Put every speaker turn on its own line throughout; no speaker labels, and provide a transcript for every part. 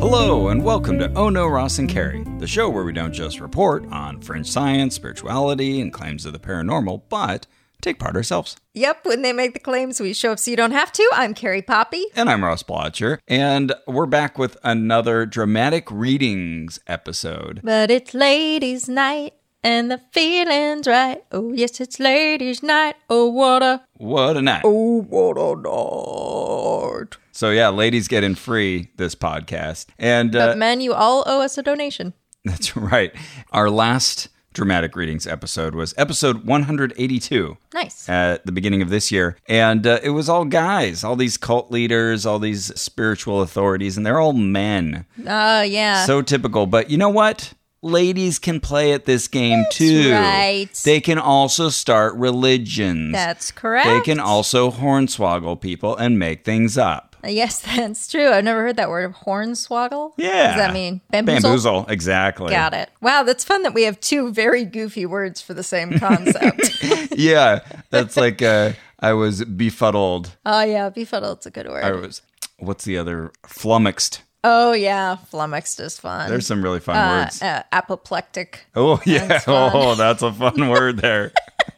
Hello, and welcome to Oh No, Ross and Carrie, the show where we don't just report on fringe science, spirituality, and claims of the paranormal, but take part ourselves.
Yep, when they make the claims, we show up so you don't have to. I'm Carrie Poppy.
And I'm Ross Blotcher, and we're back with another dramatic readings episode.
But it's ladies' night and the feeling's right. Oh, yes, it's ladies' night. Oh, what a.
What a night.
Oh, what a night.
So, yeah, ladies getting free this podcast. And uh,
But men, you all owe us a donation.
that's right. Our last dramatic readings episode was episode 182.
Nice.
at the beginning of this year. And uh, it was all guys, all these cult leaders, all these spiritual authorities, and they're all men.
Oh, yeah.
So typical. But you know what? Ladies can play at this game too.
right.
They can also start religions.
That's correct.
They can also hornswoggle people and make things up.
Yes, that's true. I've never heard that word hornswoggle.
Yeah.
What does that mean? Bamboozle?
Bamboozle, exactly.
Got it. Wow, that's fun that we have two very goofy words for the same concept.
Yeah, that's like uh, I was befuddled.
oh, yeah. Befuddled's a good word.
I was, what's the other? Flummoxed.
Oh yeah, flummoxed is fun.
There's some really fun
uh,
words.
uh, apoplectic.
Oh yeah!
fun.
oh, that's a fun word there.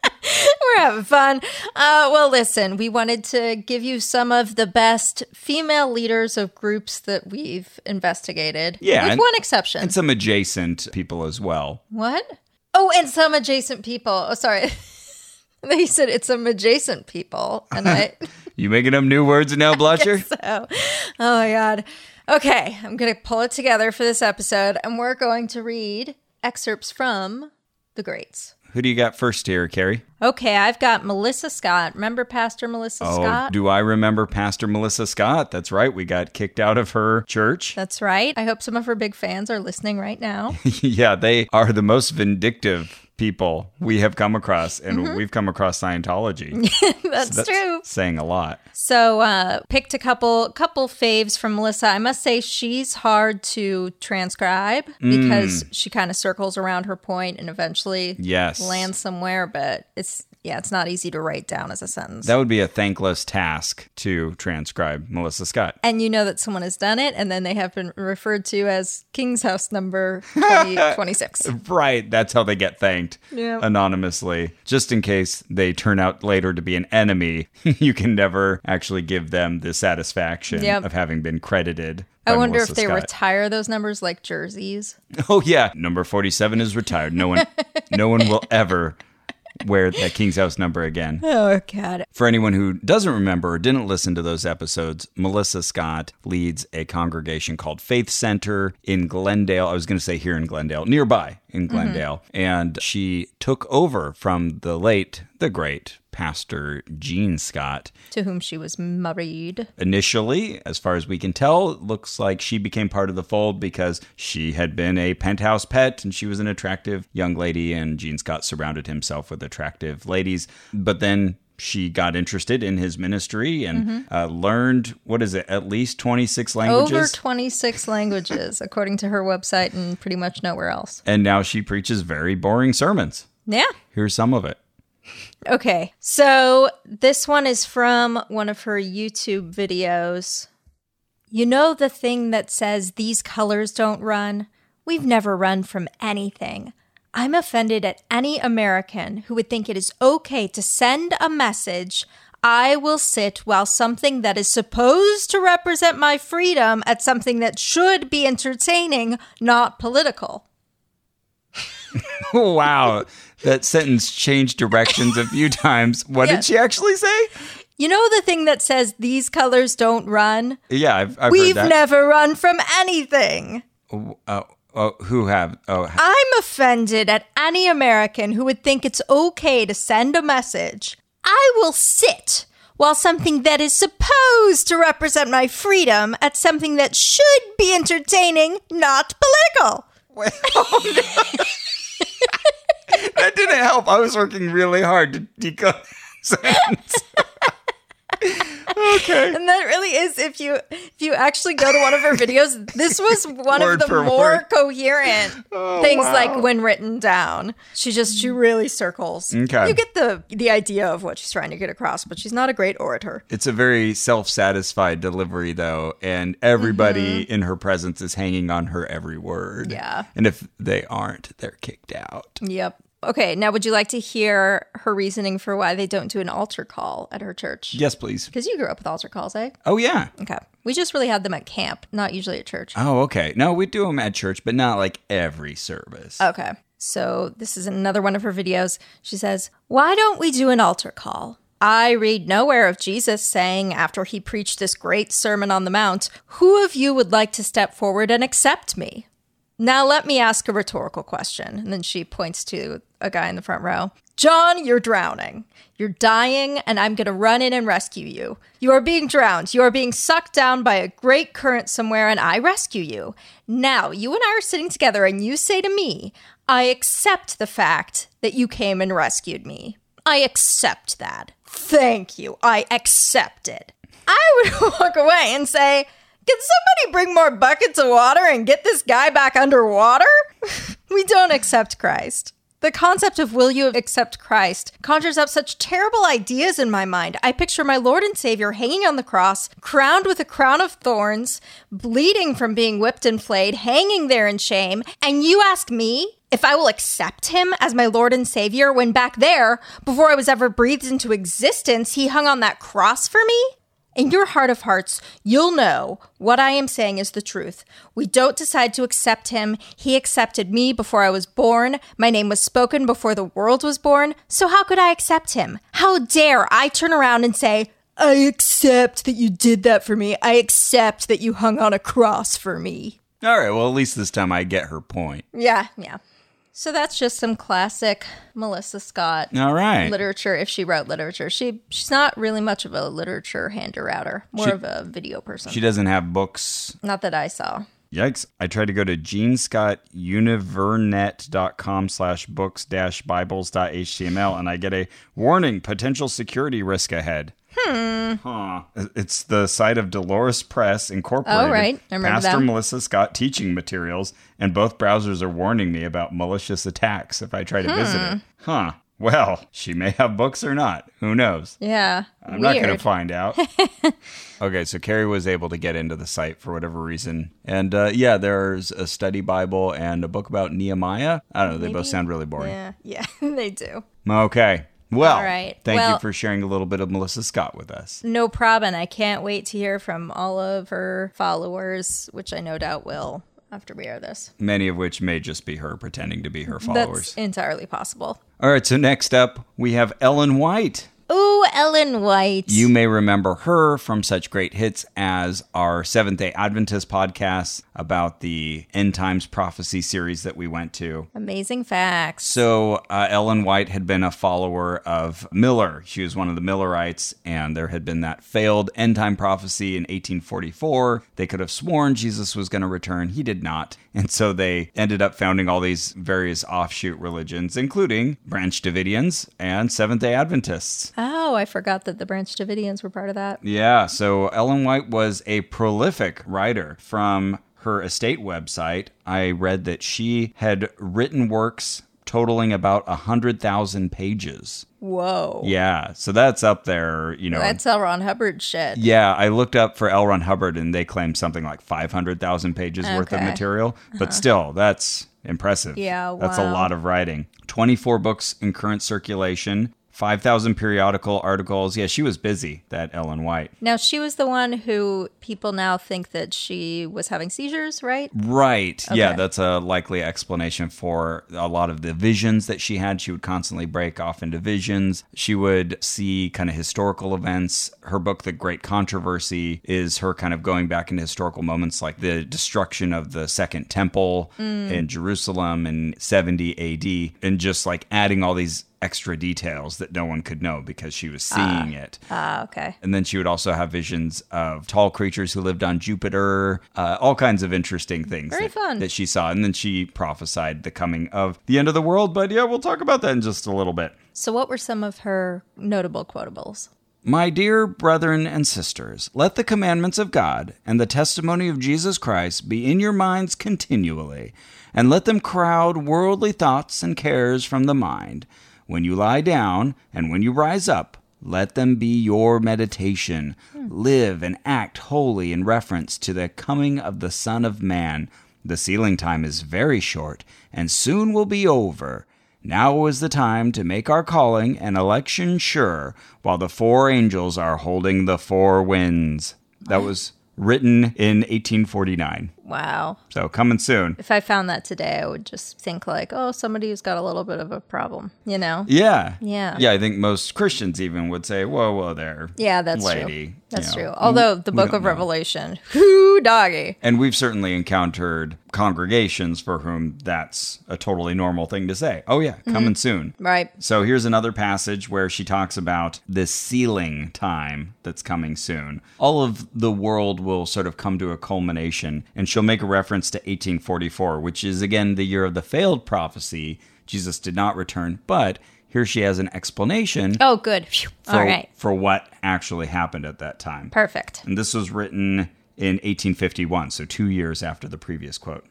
We're having fun. Uh, well, listen, we wanted to give you some of the best female leaders of groups that we've investigated.
Yeah,
with
and-
one exception.
and some adjacent people as well.
what? Oh, and some adjacent people. Oh, sorry. They said it's some adjacent people, and I.
You making up new words now, Blotcher?
so, oh my god. Okay, I'm gonna pull it together for this episode, and we're going to read excerpts from the greats.
Who do you got first here, Carrie?
Okay, I've got Melissa Scott. Remember Pastor Melissa Scott?
Oh, do I remember Pastor Melissa Scott? That's right. We got kicked out of her church.
That's right. I hope some of her big fans are listening right now.
yeah, they are the most vindictive people we have come across, and we've come across Scientology.
That's,
That's
Mm-hmm. true.
Saying a lot.
So, uh, picked a couple couple faves from Melissa. I must say she's hard to transcribe
Mm.
because she kind of circles around her point and eventually
Yes.
lands somewhere, but it's yeah, it's not easy to write down as a sentence.
That would be a thankless task to transcribe Melissa Scott.
and you know that someone has done it, and then they have been referred to as King's House number 20, 26.
Right. That's how they get thanked
Yeah.
anonymously. Just in case they turn out later to be an enemy, you can never actually give them the satisfaction
Yep.
of having been credited.
I
by
wonder
Melissa
if they
Scott.
retire those numbers like jerseys.
Oh yeah, number forty-seven is retired. No one, no one will ever wear that King's House number again.
Oh God!
For anyone who doesn't remember or didn't listen to those episodes, Melissa Scott leads a congregation called Faith Center in Glendale. I was going to say here in Glendale, nearby in Glendale. And she took over from the late, the great Pastor Gene Scott.
To whom she was married.
Initially, as far as we can tell, it looks like she became part of the fold because she had been a penthouse pet and she was an attractive young lady, and Gene Scott surrounded himself with attractive ladies. But then she got interested in his ministry and uh, learned what is it, at least 26 languages?
Mm-hmm. Over twenty six languages, according to her website, and pretty much nowhere else.
and now she preaches very boring sermons.
Yeah.
Here's some of it.
Okay. So this one is from one of her YouTube videos. You know the thing that says these colors don't run? We've never run from anything. I'm offended at any American who would think it is okay to send a message. I will sit while something that is supposed to represent my freedom at something that should be entertaining, not political.
wow. That sentence changed directions a few times. What
Yeah.
did she actually say?
You know the thing that says these colors don't run?
Yeah, I've, I've
We've
heard that.
never run from anything.
Oh, oh, who have? Oh, ha-
I'm offended at any American who would think it's okay to send a message. I will sit while something that is supposed to represent my freedom at something that should be entertaining, not political.
that didn't help. I was working really hard to decode. that sentence. Okay.
And that really is if you if you actually go to one of her videos, this was one
Word
of the
for
more
word.
coherent things
wow.
like when written down. She just she really circles.
Okay.
You get the the idea of what she's trying to get across, but she's not a great orator.
It's a very self satisfied delivery, though, and everybody in her presence is hanging on her every word.
Yeah.
And if they aren't, they're kicked out.
Yep. Okay, now would you like to hear her reasoning for why they don't do an altar call at her church?
Yes, please.
Because you grew up with altar calls, eh?
Oh, yeah.
Okay. We just really had them at camp, not usually at church.
Oh, okay. No, we do them at church, but not like every service.
Okay. So this is another one of her videos. She says, Why don't we do an altar call? I read nowhere of Jesus saying, after he preached this great Sermon on the Mount, Who of you would like to step forward and accept me? Now let me ask a rhetorical question. And then she points to a guy in the front row John, you're drowning. You're dying, and I'm going to run in and rescue you. You are being drowned. You are being sucked down by a great current somewhere, and I rescue you. Now, you and I are sitting together, and you say to me, I accept the fact that you came and rescued me. I accept that. Thank you. I accept it. I would walk away and say, Can somebody bring more buckets of water and get this guy back underwater? we don't accept Christ. The concept of will you accept Christ conjures up such terrible ideas in my mind. I picture my Lord and Savior hanging on the cross, crowned with a crown of thorns, bleeding from being whipped and flayed, hanging there in shame. And you ask me if I will accept him as my Lord and Savior when back there, before I was ever breathed into existence, he hung on that cross for me? In your heart of hearts, you'll know what I am saying is the truth. We don't decide to accept him. He accepted me before I was born. My name was spoken before the world was born. So how could I accept him? How dare I turn around and say, I accept that you did that for me. I accept that you hung on a cross for me.
All right. Well, at least this time I get her point.
Yeah, yeah. So that's just some classic Melissa Scott
All right.
literature if she wrote literature. She she's not really much of a literature hander outer, more of a video person.
She doesn't have books.
Not that I saw.
Yikes. I tried to go to genescottunivernet.com slash books dash bibles dot html and I get a warning potential security risk ahead. Hmm. Huh. It's the site of Dolores Press Incorporated.
Oh, right. I remember
Pastor
that.
Melissa Scott teaching materials, and both browsers are warning me about malicious attacks if I try to visit
Hmm.
it. Huh. Well, she may have books or not. Who knows?
Yeah.
I'm not
Weird.
going to find out. okay, so Carrie was able to get into the site for whatever reason. And uh, yeah, there's a study Bible and a book about Nehemiah. I don't know, they both sound really boring.
yeah, yeah, they do.
Okay. Well,
All right.
thank you
Well-
for sharing a little bit of Melissa Scott with us.
No problem. I can't wait to hear from all of her followers, which I no doubt will after we air this.
Many of which may just be her pretending to be her
That's
followers.
entirely possible.
All right, so next up, we have Ellen White.
Ooh, Ellen White.
You may remember her from such great hits as our Seventh day Adventist podcast about the End Times Prophecy series that we went to.
Amazing facts.
So uh, Ellen White had been a follower of Miller. She was one of the Millerites, and there had been that failed end time prophecy in 1844. They could have sworn Jesus was going to return. He did not. And so they ended up founding all these various offshoot religions, including Branch Davidians and Seventh day Adventists.
oh, I forgot that the Branch Davidians were part of that.
Yeah, so Ellen White was a prolific writer from her estate website. I read that she had written works totaling about a 100,000 pages.
Whoa.
Yeah, so that's up there, you know.
That's L. Ron Hubbard shit.
yeah, I looked up for L. Ron Hubbard and they claimed something like 500,000 pages worth of
Okay. Uh-huh.
material, but still, that's impressive.
Yeah,
That's a
wow.
lot of writing. 24 books in current circulation, 5,000 periodical articles. Yeah, she was busy, that Ellen White.
Now, she was the one who people now think that she was having seizures, right?
Mm. Right. Yeah,
Okay.
that's a likely explanation for a lot of the visions that she had. She would constantly break off into visions. She would see kind of historical events. Her book, The Great Controversy, is her kind of going back into historical moments like the destruction of the Second Temple
Mm.
in Jerusalem in 70 AD and just like adding all these extra details that no one could know because she was seeing it.
Ah, okay.
And then she would also have visions of tall creatures who lived on Jupiter, uh, all kinds of interesting things
Very
that,
fun.
that she saw. And then she prophesied the coming of the end of the world. But yeah, we'll talk about that in just a little bit.
So, what were some of her notable quotables?
My dear brethren and sisters, let the commandments of God and the testimony of Jesus Christ be in your minds continually, and let them crowd worldly thoughts and cares from the mind. When you lie down and when you rise up, let them be your meditation. Live and act wholly in reference to the coming of the Son of Man. The sealing time is very short and soon will be over. Now is the time to make our calling and election sure while the four angels are holding the four winds. That was written in 1849.
Wow.
So coming soon.
If I found that today, I would just think like, oh, somebody who's got a little bit of a problem, you know?
Yeah.
Yeah.
Yeah, I think most Christians even would say, whoa, whoa there.
Yeah, that's
lady.
true.
You
That's
know,
true. Although the
we
book
don't
of
know.
Revelation, whoo doggy.
And we've certainly encountered congregations for whom that's a totally normal thing to say. Oh, yeah,
Mm-hmm.
coming soon.
Right.
So here's another passage where she talks about this sealing time that's coming soon. All of the world will sort of come to a culmination, and she'll make a reference to 1844, which is again the year of the failed prophecy. Jesus did not return, but here she has an explanation
Oh, good. Phew.
for,
All right.
for what actually happened at that time.
Perfect.
And this was written in 1851, so two years after the previous quote.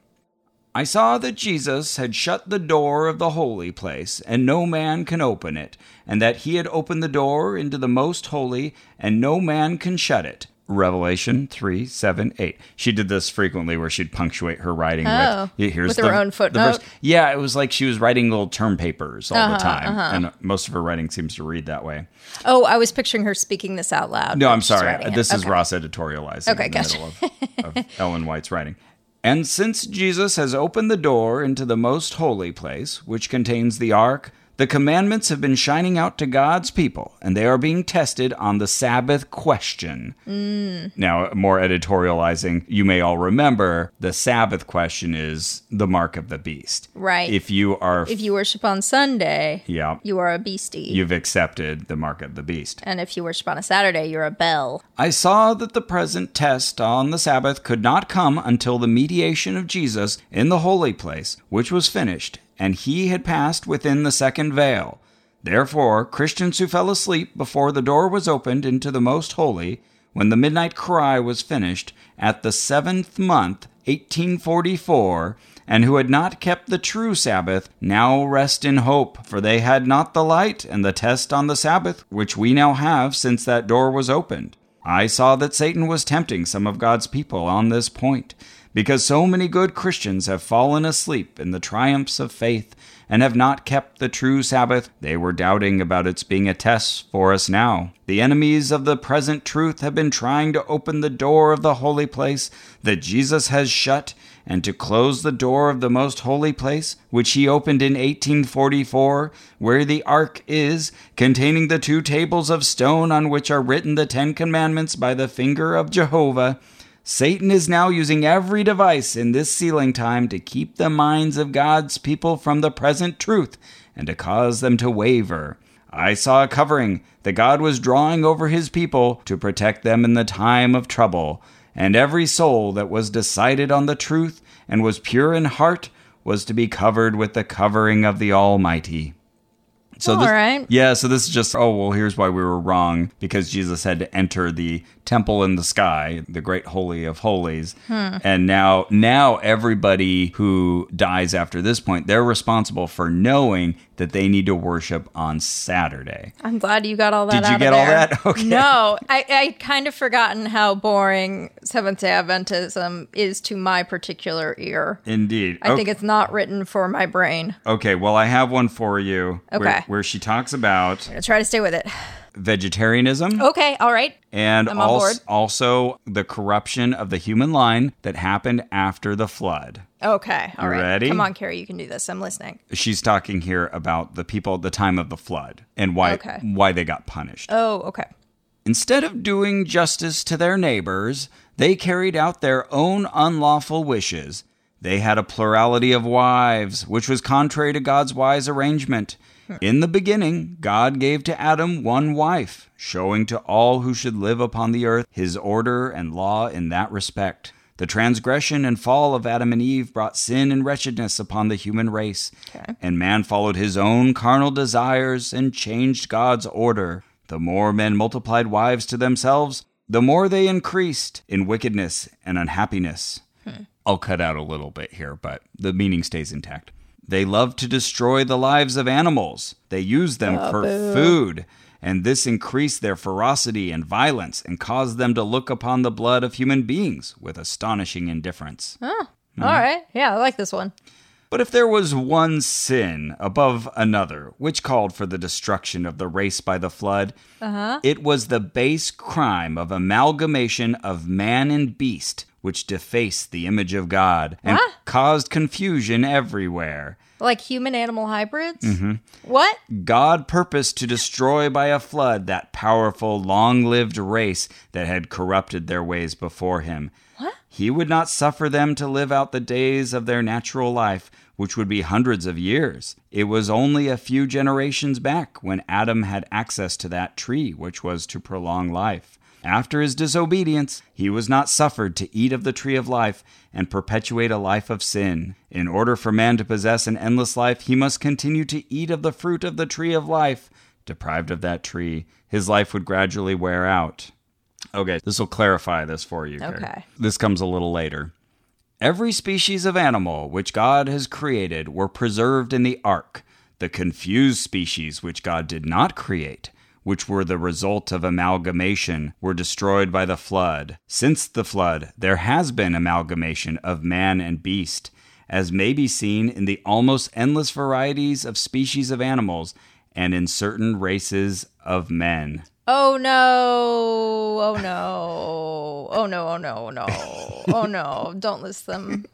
I saw that Jesus had shut the door of the holy place, and no man can open it, and that he had opened the door into the most holy, and no man can shut it. Revelation 3, 7, 8. She did this frequently where she'd punctuate her writing
Oh,
with, here's
with her
the-
own
the
footnote? Uh-huh,
verse. Yeah, it was like she was writing little term papers all the time, and most of her writing seems to read that way.
Oh, I was picturing her speaking this out loud.
No,
but
I'm
she's
sorry.
writing it.
This is
Okay.
Ross editorializing
Okay,
in the
gotcha.
middle of, of Ellen White's writing. And since Jesus has opened the door into the most holy place, which contains the ark, the commandments have been shining out to God's people, and they are being tested on the Sabbath question.
Mm.
Now, more editorializing, you may all remember the Sabbath question is the mark of the beast.
Right.
If you are,
If you worship on Sunday,
yeah,
you are a beastie.
you've accepted the mark of the beast.
and if you worship on a Saturday, you're a bell.
I saw that the present test on the Sabbath could not come until the mediation of Jesus in the holy place, which was finished, and he had passed within the second veil. Therefore, Christians who fell asleep before the door was opened into the most holy, when the midnight cry was finished, at the seventh month, 1844, and who had not kept the true Sabbath, now rest in hope, for they had not the light and the test on the Sabbath, which we now have since that door was opened. I saw that Satan was tempting some of God's people on this point, because so many good Christians have fallen asleep in the triumphs of faith and have not kept the true Sabbath. They were doubting about its being a test for us now. The enemies of the present truth have been trying to open the door of the holy place that Jesus has shut and to close the door of the most holy place, which he opened in 1844, where the ark is, containing the two tables of stone on which are written the Ten Commandments by the finger of Jehovah. Satan is now using every device in this sealing time to keep the minds of God's people from the present truth and to cause them to waver. I saw a covering that God was drawing over his people to protect them in the time of trouble. And every soul that was decided on the truth and was pure in heart was to be covered with the covering of the Almighty. So
All
this,
right.
yeah, so this is just oh well. Here's why we were wrong because Jesus had to enter the temple in the sky, the great holy of holies,
Hmm.
and now now everybody who dies after this point, they're responsible for knowing that they need to worship on Saturday.
I'm glad you got all that.
Did you
out of
get all
there.
that? Okay.
No, I, I kind of forgotten how boring Seventh Day Adventism is to my particular ear.
Indeed,
I think it's not written for my brain.
Okay, well, I have one for you.
Okay.
Where, where she talks about
I'm gonna try to stay with it.
vegetarianism
Okay, all right.
and
Oh, I'm on board.
also, also the corruption of the human line that happened after the flood.
Okay, all right.
ready?
Come on, Carrie, you can do this. I'm listening.
She's talking here about the people at the time of the flood and why
Okay.
why they got punished.
Oh, okay.
Instead of doing justice to their neighbors, they carried out their own unlawful wishes. They had a plurality of wives, which was contrary to God's wise arrangement. In the beginning, God gave to Adam one wife, showing to all who should live upon the earth his order and law in that respect. The transgression and fall of Adam and Eve brought sin and wretchedness upon the human race, and man followed his own carnal desires and changed God's order. The more men multiplied wives to themselves, the more they increased in wickedness and unhappiness. I'll cut out a little bit here, but the meaning stays intact. They love to destroy the lives of animals. They use them for food, and this increased their ferocity and violence and caused them to look upon the blood of human beings with astonishing indifference. Mm-hmm.
All right. Yeah, I like this one.
But if there was one sin above another which called for the destruction of the race by the flood, it was the base crime of amalgamation of man and beast, which defaced the image of God and caused confusion everywhere.
Like human animal hybrids?
Mm-hmm.
What?
God purposed to destroy by a flood that powerful, long lived race that had corrupted their ways before him. What? He would not suffer them to live out the days of their natural life, which would be hundreds of years. It was only a few generations back when Adam had access to that tree, which was to prolong life. After his disobedience, he was not suffered to eat of the tree of life and perpetuate a life of sin. In order for man to possess an endless life, he must continue to eat of the fruit of the tree of life. Deprived of that tree, his life would gradually wear out. Okay, this will clarify this for you. Carrie.
Okay.
This comes a little later. Every species of animal which God has created were preserved in the ark. The confused species which God did not create, which were the result of amalgamation, were destroyed by the flood. Since the flood, there has been amalgamation of man and beast, as may be seen in the almost endless varieties of species of animals and in certain races of men.
Oh no. Oh no. Oh no. Oh no. Oh no. Oh no. Don't list them.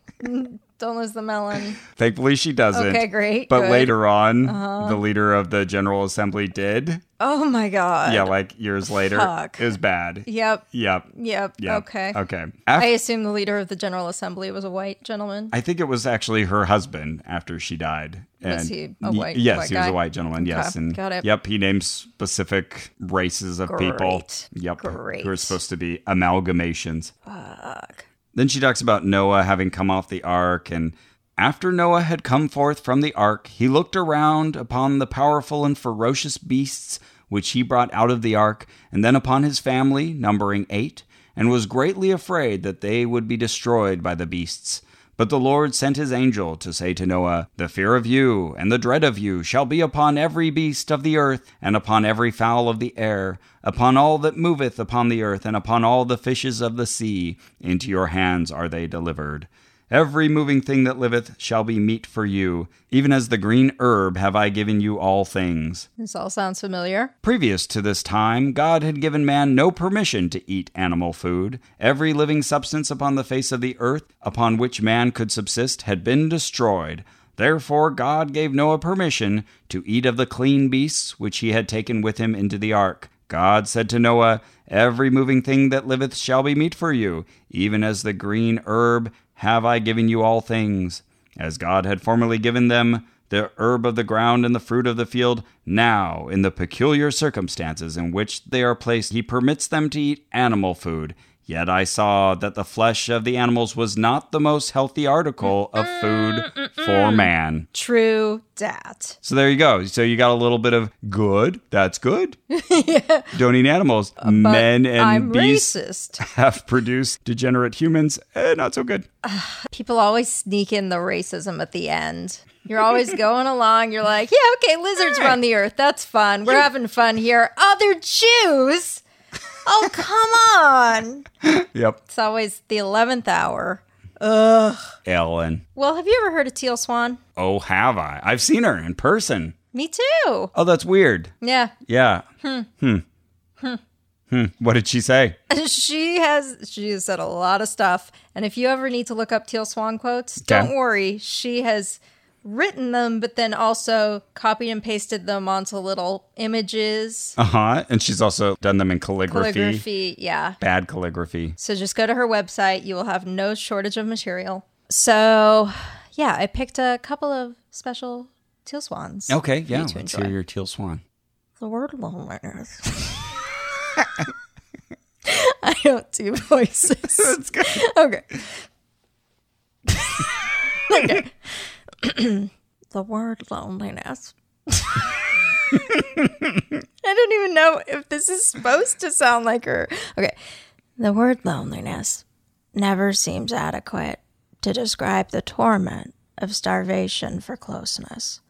Don't list them, Ellen.
Thankfully, she doesn't.
Okay, great,
But
good. Uh-huh.
later on, the leader of the General Assembly did.
Oh my God.
yeah, like years later.
fuck.
It was bad.
Yep.
Yep.
Yep.
Yep.
Okay.
Okay.
I
Af-
assume the leader of the General Assembly was a white gentleman.
I think it was actually her husband after she died. And
Was he a
y-
white-
Yes,
white
he was
guy?
a white gentleman. Yes,
Okay,
and
got it.
Yep, he named specific races of people.
Great,
Yep, who are
great.
supposed to be amalgamations.
Fuck.
Then she talks about Noah having come off the ark. And after Noah had come forth from the ark, he looked around upon the powerful and ferocious beasts which he brought out of the ark, and then upon his family, numbering eight, and was greatly afraid that they would be destroyed by the beasts. But the Lord sent his angel to say to Noah, The fear of you and the dread of you shall be upon every beast of the earth, and upon every fowl of the air, upon all that moveth upon the earth, and upon all the fishes of the sea. Into your hands are they delivered. Every moving thing that liveth shall be meat for you. Even as the green herb have I given you all things.
This all sounds familiar.
Previous to this time, God had given man no permission to eat animal food. Every living substance upon the face of the earth upon which man could subsist had been destroyed. Therefore, God gave Noah permission to eat of the clean beasts which he had taken with him into the ark. God said to Noah, Every moving thing that liveth shall be meat for you, even as the green herb have I given you all things. As God had formerly given them the herb of the ground and the fruit of the field, now, in the peculiar circumstances in which they are placed, he permits them to eat animal food. Yet I saw that the flesh of the animals was not the most healthy article of food for man.
True dat.
So there you go. So you got a little bit of good. That's good. Don't eat animals. Men and
Uh, I'm
beasts
racist.
have produced degenerate humans. Eh, not so good.
People always sneak in the racism at the end. You're always going along. You're like, yeah, okay, lizards run the earth. That's fun. We're having fun here. Oh, they're Jews. Oh, come on.
Yep.
It's always the 11th hour.
Ellen.
Well, have you ever heard of Teal Swan?
Oh, have I? I've seen her in person.
Me too.
Oh, that's weird.
Yeah.
Yeah. Hmm. Hmm. Hmm. What did she say?
She has she has said a lot of stuff. And if you ever need to look up Teal Swan quotes, don't worry. She has written them, but then also copied and pasted them onto little images.
Uh huh. And she's also done them in calligraphy.
Calligraphy, yeah.
Bad calligraphy.
So just go to her website. You will have no shortage of material. So, yeah, I picked a couple of special teal swans.
Okay. Yeah.
to
Let's
enjoy.
hear your teal swan.
The word loneliness. I don't do voices. That's good. Okay. okay. the word loneliness. I don't even know if this is supposed to sound like her. Okay. The word loneliness never seems adequate to describe the torment of starvation for closeness.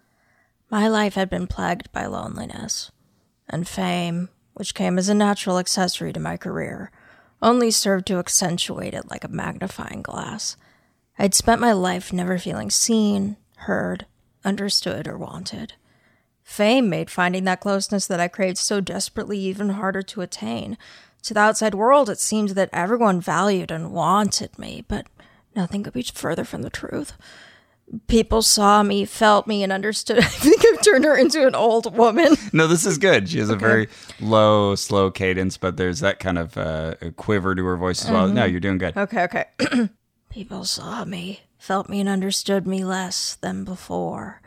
My life had been plagued by loneliness, and fame, which came as a natural accessory to my career, only served to accentuate it like a magnifying glass. I'd spent my life never feeling seen, heard, understood, or wanted. Fame made finding that closeness that I craved so desperately even harder to attain. To the outside world, it seemed that everyone valued and wanted me, but nothing could be further from the truth. People saw me, felt me, and understood. I think I've turned her into an old woman.
No, this is good. She has a very low, slow cadence, but there's that kind of uh, quiver to her voice as well. No, you're doing good.
Okay, okay. People saw me, felt me, and understood me less than before.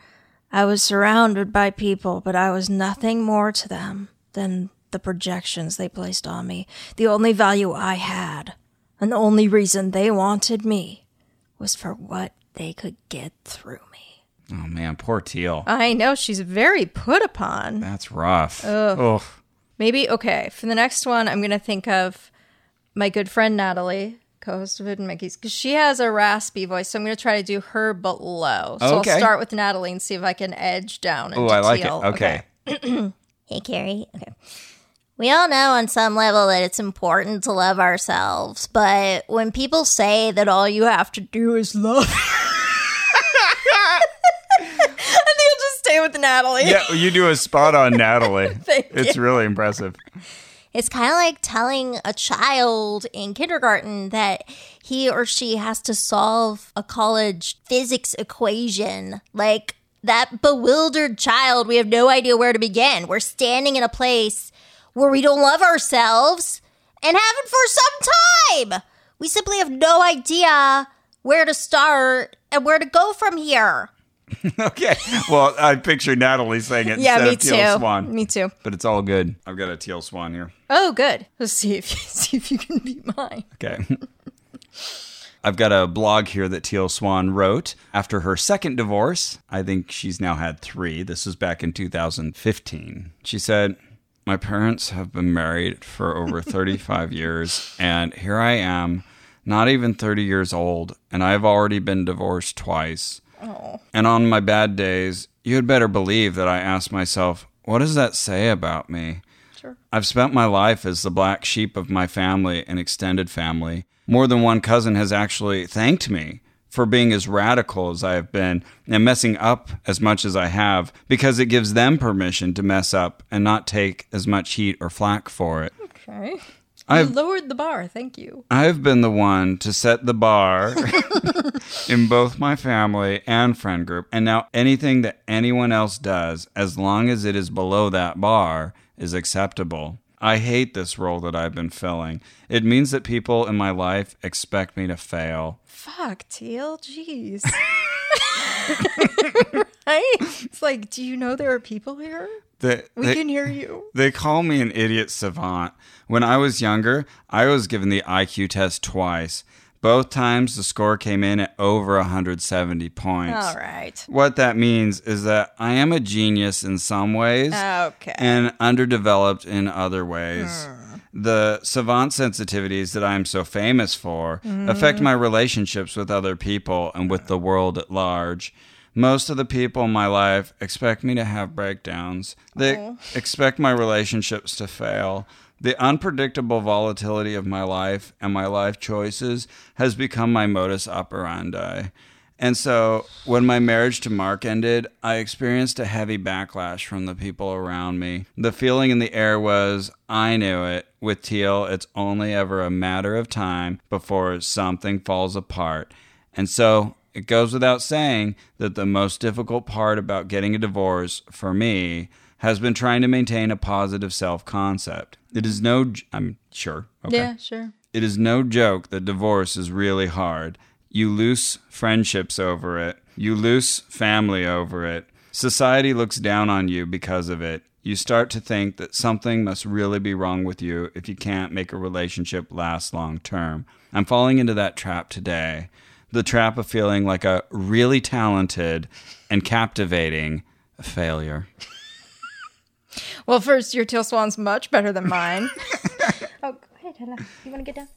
I was surrounded by people, but I was nothing more to them than the projections they placed on me. The only value I had, and the only reason they wanted me, was for what they could get through me.
Oh man, poor Teal.
I know, she's very put upon.
That's rough. Oh,
Maybe, okay, for the next one, I'm going to think of my good friend Natalie, co host of Hidden Mickey's, because she has a raspy voice. So I'm going to try to do her but low. So
Okay.
I'll start with Natalie and see if I can edge down.
oh,
into
I like it.
teal.
Okay.
Hey, Carrie. Okay. We all know on some level that it's important to love ourselves, but when people say that all you have to do is love,
I think I'll just stay with Natalie.
Yeah, you do a spot on Natalie. it's really impressive.
it's kind of like telling a child in kindergarten that he or she has to solve a college physics equation. Like that bewildered child, we have no idea where to begin. We're standing in a place where we don't love ourselves and haven't for some time. We simply have no idea where to start and where to go from here.
Okay. Well, I picture Natalie saying it
Yeah,
instead
me
of Teal
too.
Swan.
Me too.
But it's all good. I've got a Teal Swan here.
Oh, good. Let's see if see if you can be mine.
Okay. I've got a blog here that Teal Swan wrote after her second divorce. I think she's now had three. This was back in 2015. She said, My parents have been married for over 35 years, and here I am, not even 30 years old, and I've already been divorced twice. And on my bad days, you had better believe that I ask myself, What does that say about me? I've spent my life as the black sheep of my family and extended family. More than one cousin has actually thanked me for being as radical as I have been and messing up as much as I have because it gives them permission to mess up and not take as much heat or flack for it.
Okay. I
I've-
lowered the bar. Thank you.
I've been the one to set the bar in both my family and friend group. And now anything that anyone else does, as long as it is below that bar, is acceptable. I hate this role that I've been filling. It means that people in my life expect me to fail.
Fuck, Teal. Jeez. right? It's like, do you know there are people here?
That
We
that-
can hear you.
They call me an idiot savant. When I was younger, I was given the IQ test twice. Both times the score came in at over 170 points.
All right.
What that means is that I am a genius in some ways
Okay.
and underdeveloped in other ways. The savant sensitivities that I am so famous for affect my relationships with other people and with the world at large. Most of the people in my life expect me to have breakdowns. They expect my relationships to fail. The unpredictable volatility of my life and my life choices has become my modus operandi. And so when my marriage to Mark ended, I experienced a heavy backlash from the people around me. The feeling in the air was, I knew it. With Teal, it's only ever a matter of time before something falls apart. And so it goes without saying that the most difficult part about getting a divorce for me has been trying to maintain a positive self concept. It is no, j- I'm sure. Okay.
Yeah, sure.
It is no joke that divorce is really hard. You lose friendships over it, you lose family over it. Society looks down on you because of it. You start to think that something must really be wrong with you if you can't make a relationship last long term. I'm falling into that trap today. The trap of feeling like a really talented and captivating failure.
Well, first, your teal swan's much better than mine. oh, go ahead, Hannah. You want to get down?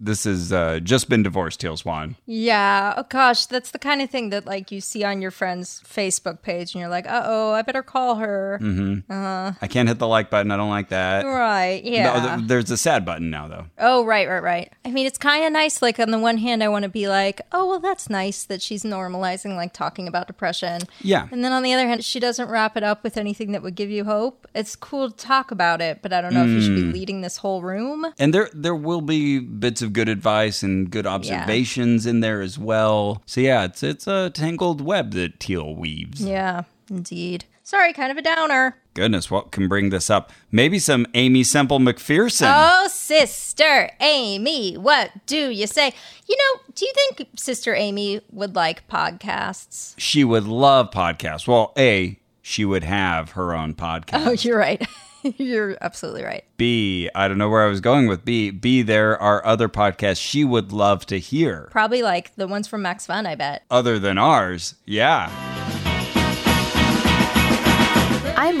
This is uh, just been divorced, Teal Swan.
Yeah. Oh gosh, that's the kind of thing that like you see on your friend's Facebook page, and you're like, "Uh oh, I better call her."
Mm. I can't hit the like button. I don't like that.
Right.
No,
Yeah.
th- there's a sad button now, though.
Oh, right, right, right. I mean, it's kind of nice. Like, on the one hand, I want to be like, oh, well, that's nice that she's normalizing, like, talking about depression.
Yeah.
And then on the other hand, she doesn't wrap it up with anything that would give you hope. It's cool to talk about it, but I don't know if you should be leading this whole room.
And there there will be bits of good advice and good observations in there as well. So yeah, it's it's a tangled web that Teal weaves.
Yeah, indeed. Sorry, kind of a downer.
Goodness, what can bring this up? Maybe some Amy Semple McPherson.
Oh, Sister Amy, what do you say? You know, do you think Sister Amy would like podcasts?
She would love podcasts. Well, A, she would have her own podcast.
Oh, you're right. you're absolutely right.
B, I don't know where I was going with B. B, there are other podcasts she would love to hear
Probably like the ones from Max Fun, I bet.
other than ours. Yeah.
I'm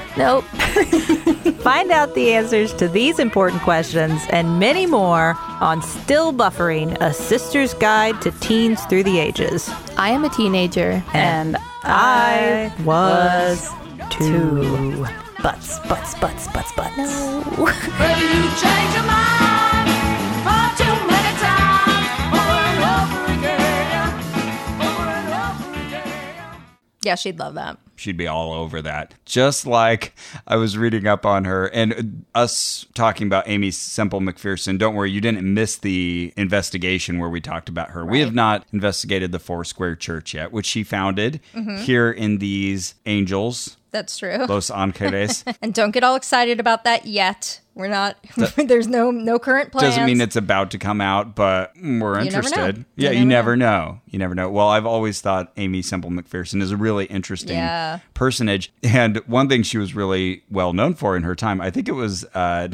Nope.
Find out the answers to these important questions and many more on Still Buffering, a sister's guide to teens through the ages.
I am a teenager.
And I was two.
Butts, butts, butts, butts, butts.
But you change your mind far too many times over and over again, over and over again.
Yeah, she'd love that.
She'd be all over that. Just like I was reading up on her and us talking about Amy Semple McPherson. Don't worry, you didn't miss the investigation where we talked about her. We have not investigated the Four Square Church yet, which she founded
Mm-hmm.
here in these angels,
That's true.
Los Angeles.
And don't get all excited about that yet. We're not. there's no no current plans.
Doesn't mean it's about to come out, but we're
You never know.
interested.
You
Yeah, you never
never
know. You never know. Well, I've always thought Amy Semple McPherson is a really interesting
Yeah.
personage. And one thing she was really well known for in her time, I think it was uh,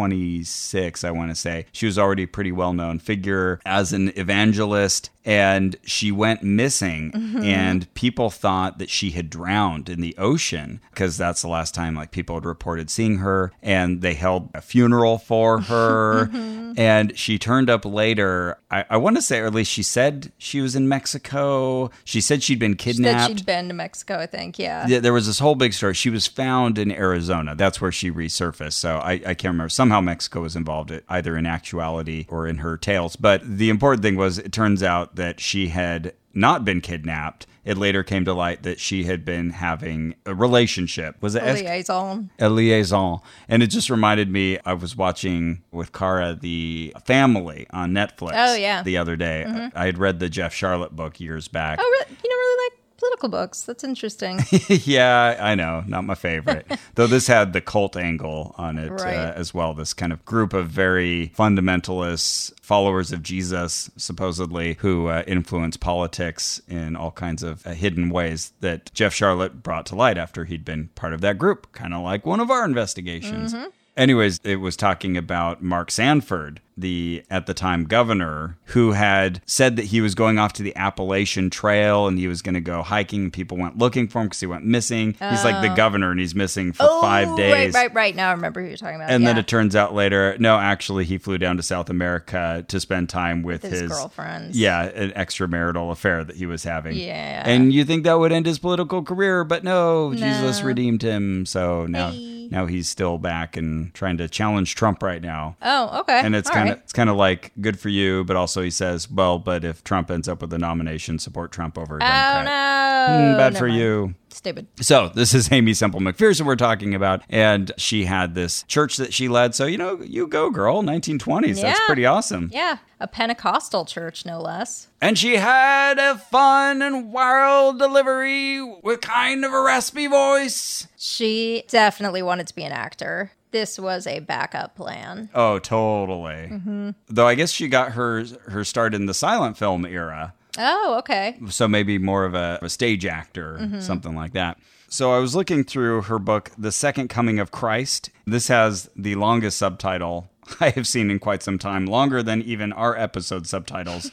1926, I want to say, she was already a pretty well known figure as an evangelist. And she went missing, and people thought that she had drowned in the ocean because that's the last time like people had reported seeing her. And they held a funeral for her, and she turned up later. I, I want to say, or at least she said she was in Mexico. She said she'd been kidnapped.
that she'd been to Mexico. I think. Yeah.
Yeah, there was this whole big story. She was found in Arizona. That's where she resurfaced. So I, I can't remember. Somehow Mexico was involved, it- either in actuality or in her tales. But the important thing was it turns out that she had not been kidnapped. It later came to light that she had been having a relationship. Was it
A liaison.
a liaison. And it just reminded me, I was watching with Cara the family on Netflix.
Oh, yeah. Mm-hmm.
the other day. I had read the Jeff Charlotte book years back.
Oh, really, you don't really like political books. That's interesting.
yeah, I know, not my favorite. Though this had the cult angle on it
Right.
uh, as well. This kind of group of very fundamentalists, followers of Jesus, supposedly, who uh, influence politics in all kinds of uh, hidden ways that Jeff Charlotte brought to light after he'd been part of that group, kind of like one of our investigations.
Mm-hmm.
Anyways, it was talking about Mark Sanford, the at the time governor, who had said that he was going off to the Appalachian Trail and he was going to go hiking. People went looking for him because he went missing. He's like the governor and he's missing for
Oh,
five days.
Right, right, right. Now I remember who you're talking about.
And then
Yeah.
it turns out later, no, actually, he flew down to South America to spend time with
His
his,
girlfriends.
Yeah, an extramarital affair that he was having.
Yeah.
And you think that would end his political career, but no, Jesus redeemed him. So now, now he's still back and trying to challenge Trump right now.
Oh, okay.
And it's
All
kind of
right.
it's kind of like good for you, but also he says, well, but if Trump ends up with the nomination, support Trump over a
Oh
Democrat.
no. Oh,
Hmm, bad
Never
for
mind.
you.
Stupid.
So this is Amy Semple McPherson we're talking about, and she had this church that she led. So you know, you go, girl, 1920s. That's
Yeah.
pretty awesome.
Yeah, a Pentecostal church, no less.
And she had a fun and wild delivery with kind of a raspy voice.
She definitely wanted to be an actor. This was a backup plan.
Oh, totally.
Mm-hmm.
Though I guess she got her her start in the silent film era,
Oh, okay.
so maybe more of a, a stage actor, something like that. So I was looking through her book, The Second Coming of Christ. This has the longest subtitle I have seen in quite some time, longer than even our episode subtitles.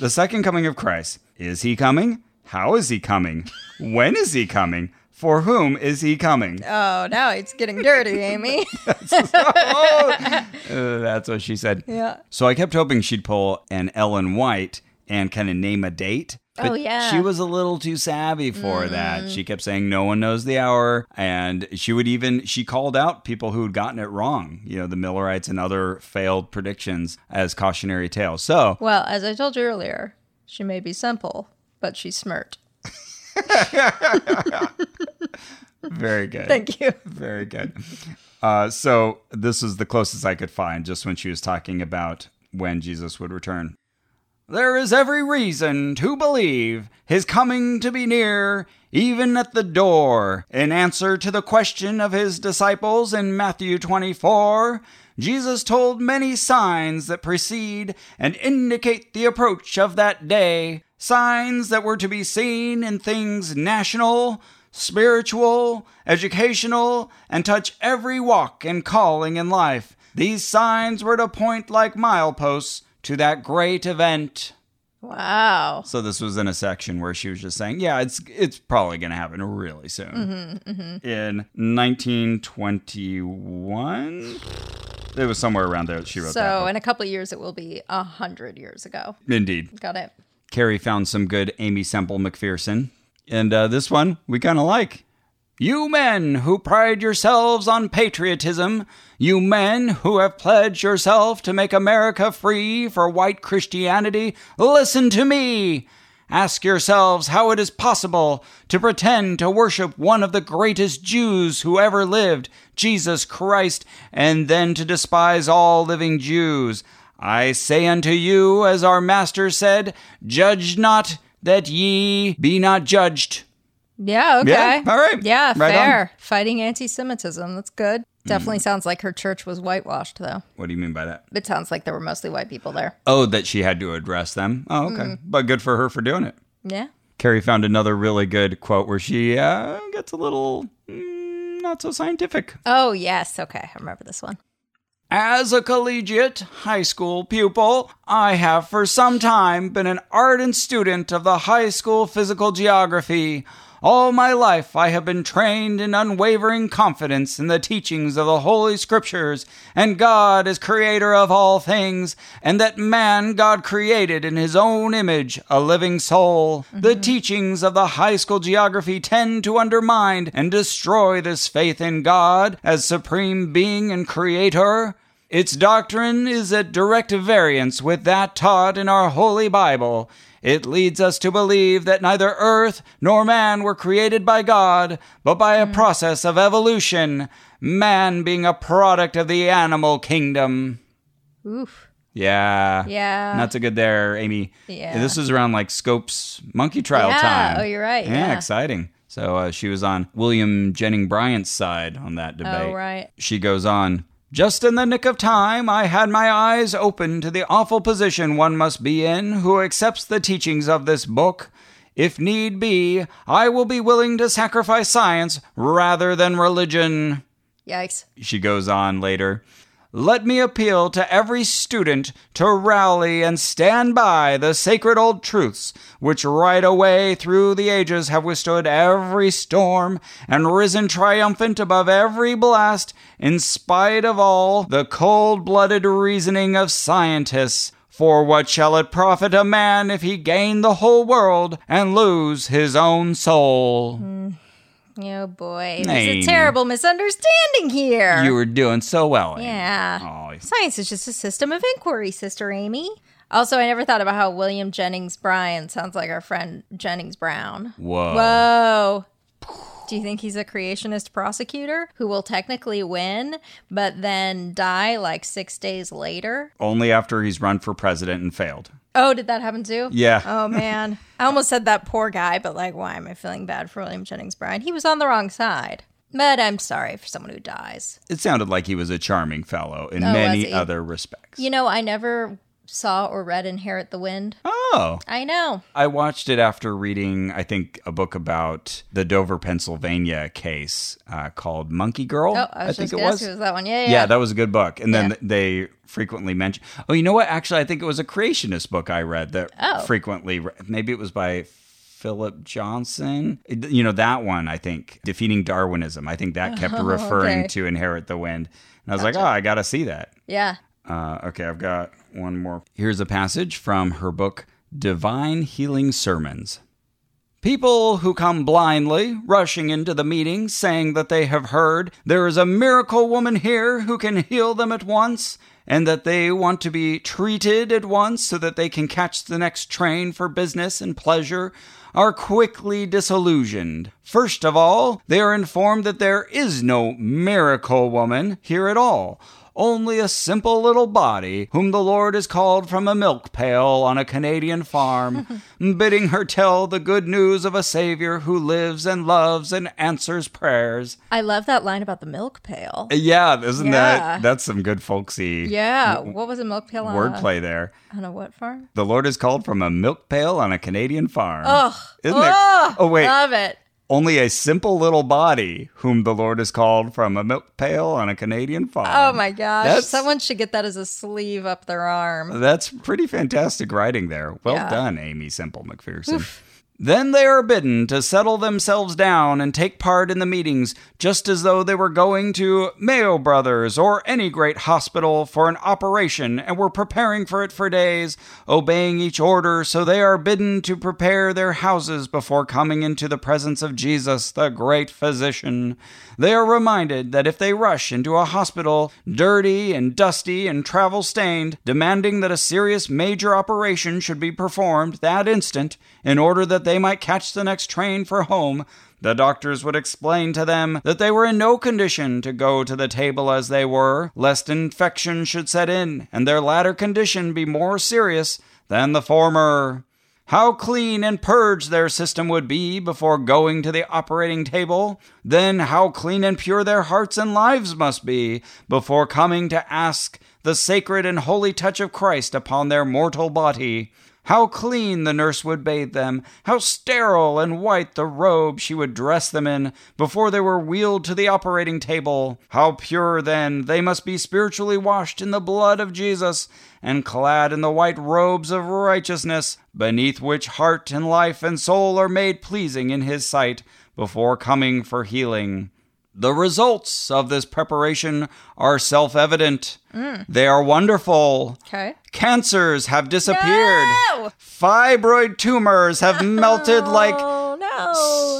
the Second Coming of Christ. Is he coming? How is he coming? When is he coming? For whom is he coming?
Oh, now it's getting dirty, Amy.
Uh, that's what she said.
Yeah.
So I kept hoping she'd pull an Ellen White and kind of name a date. But
Oh, yeah.
She was a little too savvy for
Mm.
that. She kept saying, no one knows the hour. And she would even, she called out people who had gotten it wrong, you know, the Millerites and other failed predictions as cautionary tales. So
well, as I told you earlier, she may be simple, but she's smart.
very good.
Thank you.
Very good. Uh, so this is the closest I could find, just when she was talking about when Jesus would return. There is every reason to believe his coming to be near, even at the door. In answer to the question of his disciples in Matthew 24, Jesus told many signs that precede and indicate the approach of that day, signs that were to be seen in things national, spiritual, educational, and touch every walk and calling in life. These signs were to point like mileposts to that great event.
Wow.
So this was in a section where she was just saying, "Yeah, it's it's probably going to happen really soon." In 1921, it was somewhere around there that she wrote
So,
that.
in a couple of years, it will be a hundred years ago.
Indeed,
Got it.
Carrie found some good Amy Semple McPherson, and uh, this one we kind of like. You men who pride yourselves on patriotism, you men who have pledged yourself to make America free for white Christianity, listen to me. Ask yourselves how it is possible to pretend to worship one of the greatest Jews who ever lived, Jesus Christ, and then to despise all living Jews. I say unto you, as our Master said, Judge not, that ye be not judged.
Yeah, okay.
Yeah, all right.
Yeah,
Right Mm.
fair. Fighting anti Semitism. That's good. Definitely sounds like her church was whitewashed, though.
What do you mean by that?
It sounds like there were mostly white people there.
Oh, that she had to address them. Oh, okay. But good for her for doing it.
Yeah.
Carrie found another really good quote where she uh, gets a little mm, not so scientific.
Oh, yes. Okay. I remember this one.
As a collegiate high school pupil, I have for some time been an ardent student of the high school physical geography. All my life, I have been trained in unwavering confidence in the teachings of the Holy Scriptures and God as creator of all things, and that man God created in his own image, a living soul. The teachings of the high school geography tend to undermine and destroy this faith in God as supreme being and creator. Its doctrine is at direct variance with that taught in our Holy Bible. It leads us to believe that neither earth nor man were created by God, but by
Hmm.
a process of evolution, man being a product of the animal kingdom.
Oof.
Yeah.
Yeah.
Not so good there, Amy.
Yeah.
This is around like Scope's monkey trial
Yeah.
time.
Oh, you're right.
Yeah,
Yeah.
exciting. So uh, she was on William Jennings Bryant's side on that debate.
Oh, right.
She goes on. Just in the nick of time, I had my eyes open to the awful position one must be in who accepts the teachings of this book. If need be, I will be willing to sacrifice science rather than religion
Yikes.
she goes on later. Let me appeal to every student to rally and stand by the sacred old truths which right away through the ages have withstood every storm and risen triumphant above every blast in spite of all the cold-blooded reasoning of scientists. For what shall it profit a man if he gain the whole world and lose his own soul?
Oh, boy. There's
Amy.
a terrible misunderstanding here.
You were doing so well. Amy.
yeah.
Aw,
Science is just a system of inquiry, Sister Amy. Also, I never thought about how William Jennings Bryan sounds like our friend Jennings Brown.
Whoa.
Whoa. Do you think he's a creationist prosecutor who will technically win, but then die like six days later?
only after he's run for president and failed.
Oh, did that happen too?
Yeah.
Oh, man. I almost said that poor guy, but like, why am I feeling bad for William Jennings Bryan? He was on the wrong side. But I'm sorry for someone who dies.
It sounded like he was a charming fellow in
Oh, was
many
he?
other respects.
You know, I never saw or read Inherit the Wind.
Oh.
I know.
I watched it after reading, I think, a book about the Dover, Pennsylvania case uh, called Monkey Girl.
Oh, I was
think
just
it was.
guessing it was that one. Yeah, yeah.
yeah, that was a good book. And then they frequently mention. Oh, you know what? Actually, I think it was a creationist book I read that
Oh.
frequently. re- Maybe it was by Philip Johnson. It- You know that one? I think defeating Darwinism. I think that kept referring
Oh, okay.
to inherit the wind. And I was like, oh, I gotta see that.
yeah.
Uh, okay, I've got one more. Here's a passage from her book, Divine Healing Sermons. People who come blindly, rushing into the meeting, saying that they have heard there is a miracle woman here who can heal them at once, and that they want to be treated at once so that they can catch the next train for business and pleasure, are quickly disillusioned. First of all, they are informed that there is no miracle woman here at all only a simple little body whom the Lord has called from a milk pail on a Canadian farm, bidding her tell the good news of a Savior who lives and loves and answers prayers.
I love that line about the milk pail.
Yeah, isn't
Yeah.
that that's some good folksy
Yeah. What was a milk pail on?
wordplay there?
A, on a what farm?
The Lord is called from a milk pail on a Canadian farm.
Ugh.
isn't it?
Ugh,
Oh wait,
Love it.
only a simple little body whom the Lord has called from a milk pail on a Canadian farm.
Oh my gosh.
that's-
Someone should get that as a sleeve up their arm.
That's pretty fantastic writing there. Well
Yeah.
done, Amy Simple McPherson. Then they are bidden to settle themselves down and take part in the meetings just as though they were going to Mayo Brothers or any great hospital for an operation and were preparing for it for days, obeying each order, so they are bidden to prepare their houses before coming into the presence of Jesus, the great physician. They are reminded that if they rush into a hospital, dirty and dusty and travel stained, demanding that a serious major operation should be performed that instant in order that they might catch the next train for home, the doctors would explain to them that they were in no condition to go to the table as they were, lest infection should set in and their latter condition be more serious than the former. How clean and purged their system would be before going to the operating table, then how clean and pure their hearts and lives must be before coming to ask the sacred and holy touch of Christ upon their mortal body. How clean the nurse would bathe them, how sterile and white the robe she would dress them in before they were wheeled to the operating table. How pure, then, they must be spiritually washed in the blood of Jesus and clad in the white robes of righteousness, beneath which heart and life and soul are made pleasing in His sight before coming for healing. The results of this preparation are self evident. They are wonderful.
Okay.
Cancers have disappeared. Fibroid tumors have melted like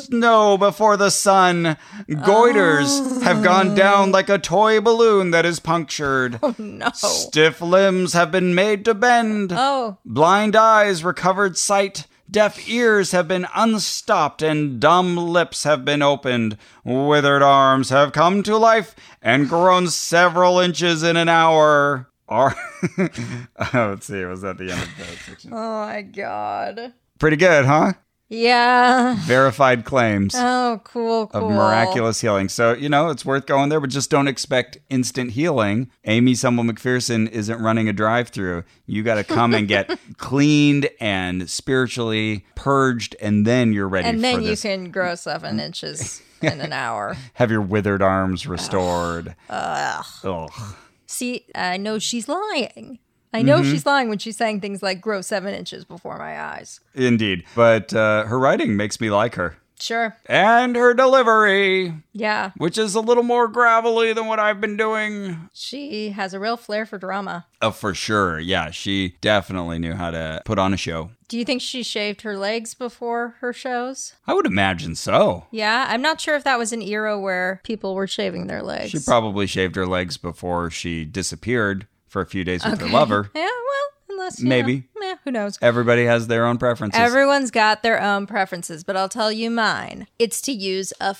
snow before the sun. Goiters have gone down like a toy balloon that is punctured.
Oh, No.
Stiff limbs have been made to bend.
Oh.
Blind eyes recovered sight. Deaf ears have been unstopped and dumb lips have been opened. Withered arms have come to life and grown several inches in an hour. Are oh, let's see, was that the end of that section?
Oh my god.
Pretty good, huh?
Yeah.
Verified claims
Oh, cool, cool.
of miraculous healing. So, you know, it's worth going there, but just don't expect instant healing. Amy Sumble McPherson isn't running a drive through. You got to come and get cleaned and spiritually purged, and then you're ready
And then
for
you
this. Mm.
can grow seven inches in an hour.
Have your withered arms restored. Ugh.
See, I know she's lying. I know
Mm-hmm.
she's lying when she's saying things like grow seven inches before my eyes.
Indeed. But uh, her writing makes me like her.
Sure.
And her delivery,
Yeah.
which is a little more gravelly than what I've been doing.
She has a real flair for drama.
Oh, for sure. Yeah, she definitely knew how to put on a show.
Do you think she shaved her legs before her shows?
I would imagine so.
Yeah. I'm not sure if that was an era where people were shaving their legs.
She probably shaved her legs before she disappeared for a few days with her lover.
Yeah. Well, unless. you
Maybe.
know, yeah. Who knows?
Everybody has their own preferences.
Everyone's got their own preferences, but I'll tell you mine. It's to use a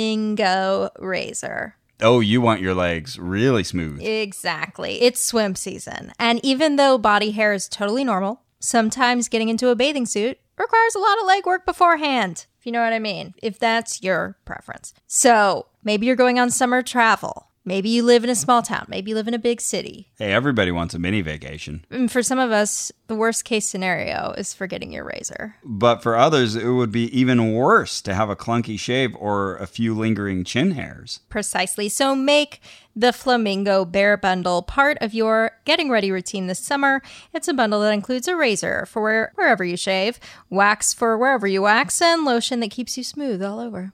flamingo razor.
oh, you want your legs really smooth.
Exactly. It's swim season. And even though body hair is totally normal, sometimes getting into a bathing suit requires a lot of legwork beforehand, if you know what I mean, if that's your preference. So maybe you're going on summer travel. Maybe you live in a small town. Maybe you live in a big city.
Hey, everybody wants a mini vacation.
And for some of us, the worst case scenario is forgetting your razor.
But for others, it would be even worse to have a clunky shave or a few lingering chin hairs.
Precisely. So make the Flamingo Bear Bundle part of your getting ready routine this summer. It's a bundle that includes a razor for where, wherever you shave, wax for wherever you wax, and lotion that keeps you smooth all over.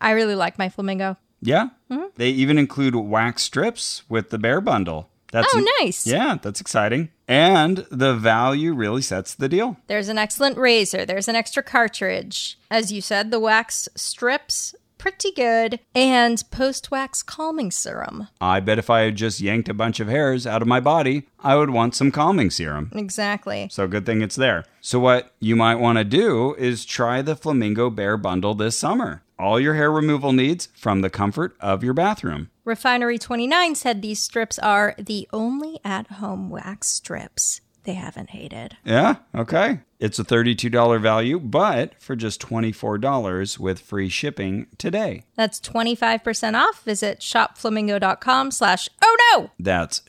I really like my Flamingo.
Yeah.
Hmm?
They even include wax strips with the bear bundle. That's
Oh, nice.
Yeah, that's exciting. And the value really sets the deal.
There's an excellent razor. There's an extra cartridge. As you said, the wax strips, pretty good, and post wax calming serum.
I bet if I had just yanked a bunch of hairs out of my body, I would want some calming serum.
Exactly.
So good thing it's there. So what you might want to do is try the Flamingo Bear bundle this summer. All your hair removal needs from the comfort of your bathroom.
Refinery29 said these strips are the only at home wax strips they haven't hated.
Yeah, okay. It's a $32 value, but for just $24 with free shipping today.
That's 25% off. Visit shopflamingo.com slash oh no!
That's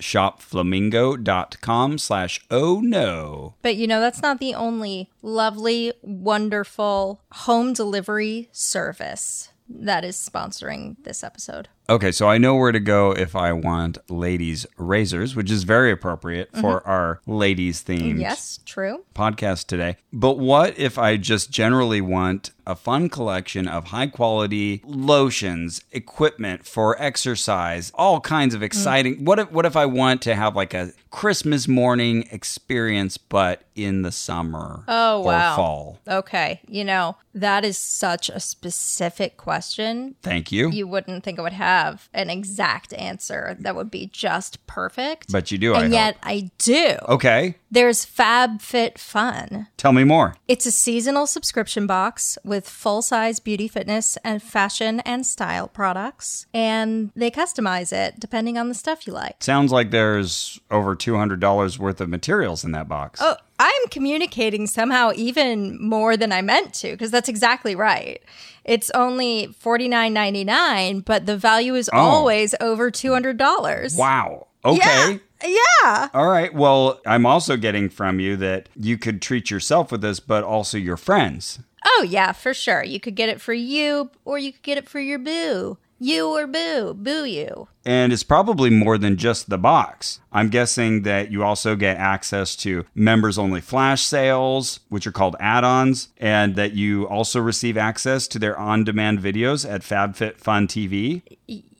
shopflamingo.com slash oh no.
But you know, that's not the only lovely, wonderful home delivery service that is sponsoring this episode.
Okay, so I know where to go if I want ladies' razors, which is very appropriate for our ladies themed
Yes, true.
podcast today. But what if I just generally want a fun collection of high quality lotions, equipment for exercise, all kinds
Mm.
of exciting. What if what if I want to have like a Christmas morning experience but in the summer
Oh,
or
wow.
fall?
Okay, you know, that is such a specific question.
Thank you.
You wouldn't think I would have an exact answer that would be just perfect.
But you do, I
And
hope. Oh.
yet I do.
okay,
There's FabFitFun.
tell me more.
It's a seasonal subscription box with full size beauty, fitness, and fashion and style products. And they customize it depending on the stuff you like.
Sounds like there's over $200 worth of materials in that box.
Oh, I'm communicating somehow even more than I meant to because that's exactly right. It's only $49.99, but the value is always over $200.
Oh. Wow. Okay.
Yeah.
All right. Well, I'm also getting from you that you could treat yourself with this, but also your friends.
Oh, yeah, for sure. You could get it for you or you could get it for your boo. You or boo. Boo you.
And it's probably more than just the box. I'm guessing that you also get access to members only flash sales, which are called add ons, and that you also receive access to their on demand videos at FabFitFun TV.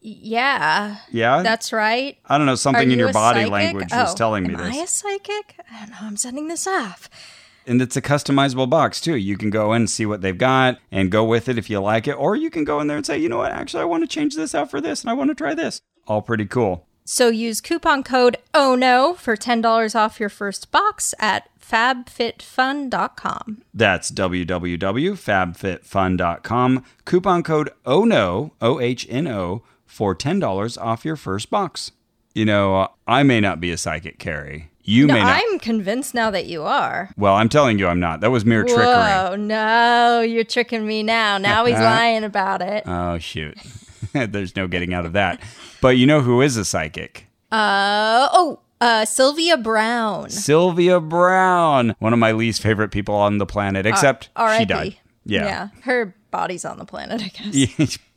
Yeah.
Yeah.
That's right.
I don't know, something
Are
in
you
your
a
body
psychic?
language
oh,
was telling me
am
this.
I a psychic? I don't know. I'm sending this off.
And it's a customizable box too. You can go in and see what they've got and go with it if you like it, or you can go in there and say, you know what, actually, I want to change this out for this and I want to try this. All pretty cool.
So use coupon code Oh No for ten dollars off your first box at fabfitfun.com.
That's www.fabfitfun.com. Coupon code OHNO, O H N O, for $10 off your first box. You know, uh, I may not be a psychic, Carrie. You may not.
I'm convinced now that you are.
well, I'm telling you, I'm not. That was mere trickery. Uh-huh.
Whoa, no, you're tricking me now. Now he's lying about it.
Oh, shoot. There's no getting out of that. But you know who is a psychic?
Uh, oh, uh, Sylvia Brown.
Sylvia Brown, one of my least favorite people on the planet, except she
R.I.P.
died. Yeah.
Her body's on the planet, I guess.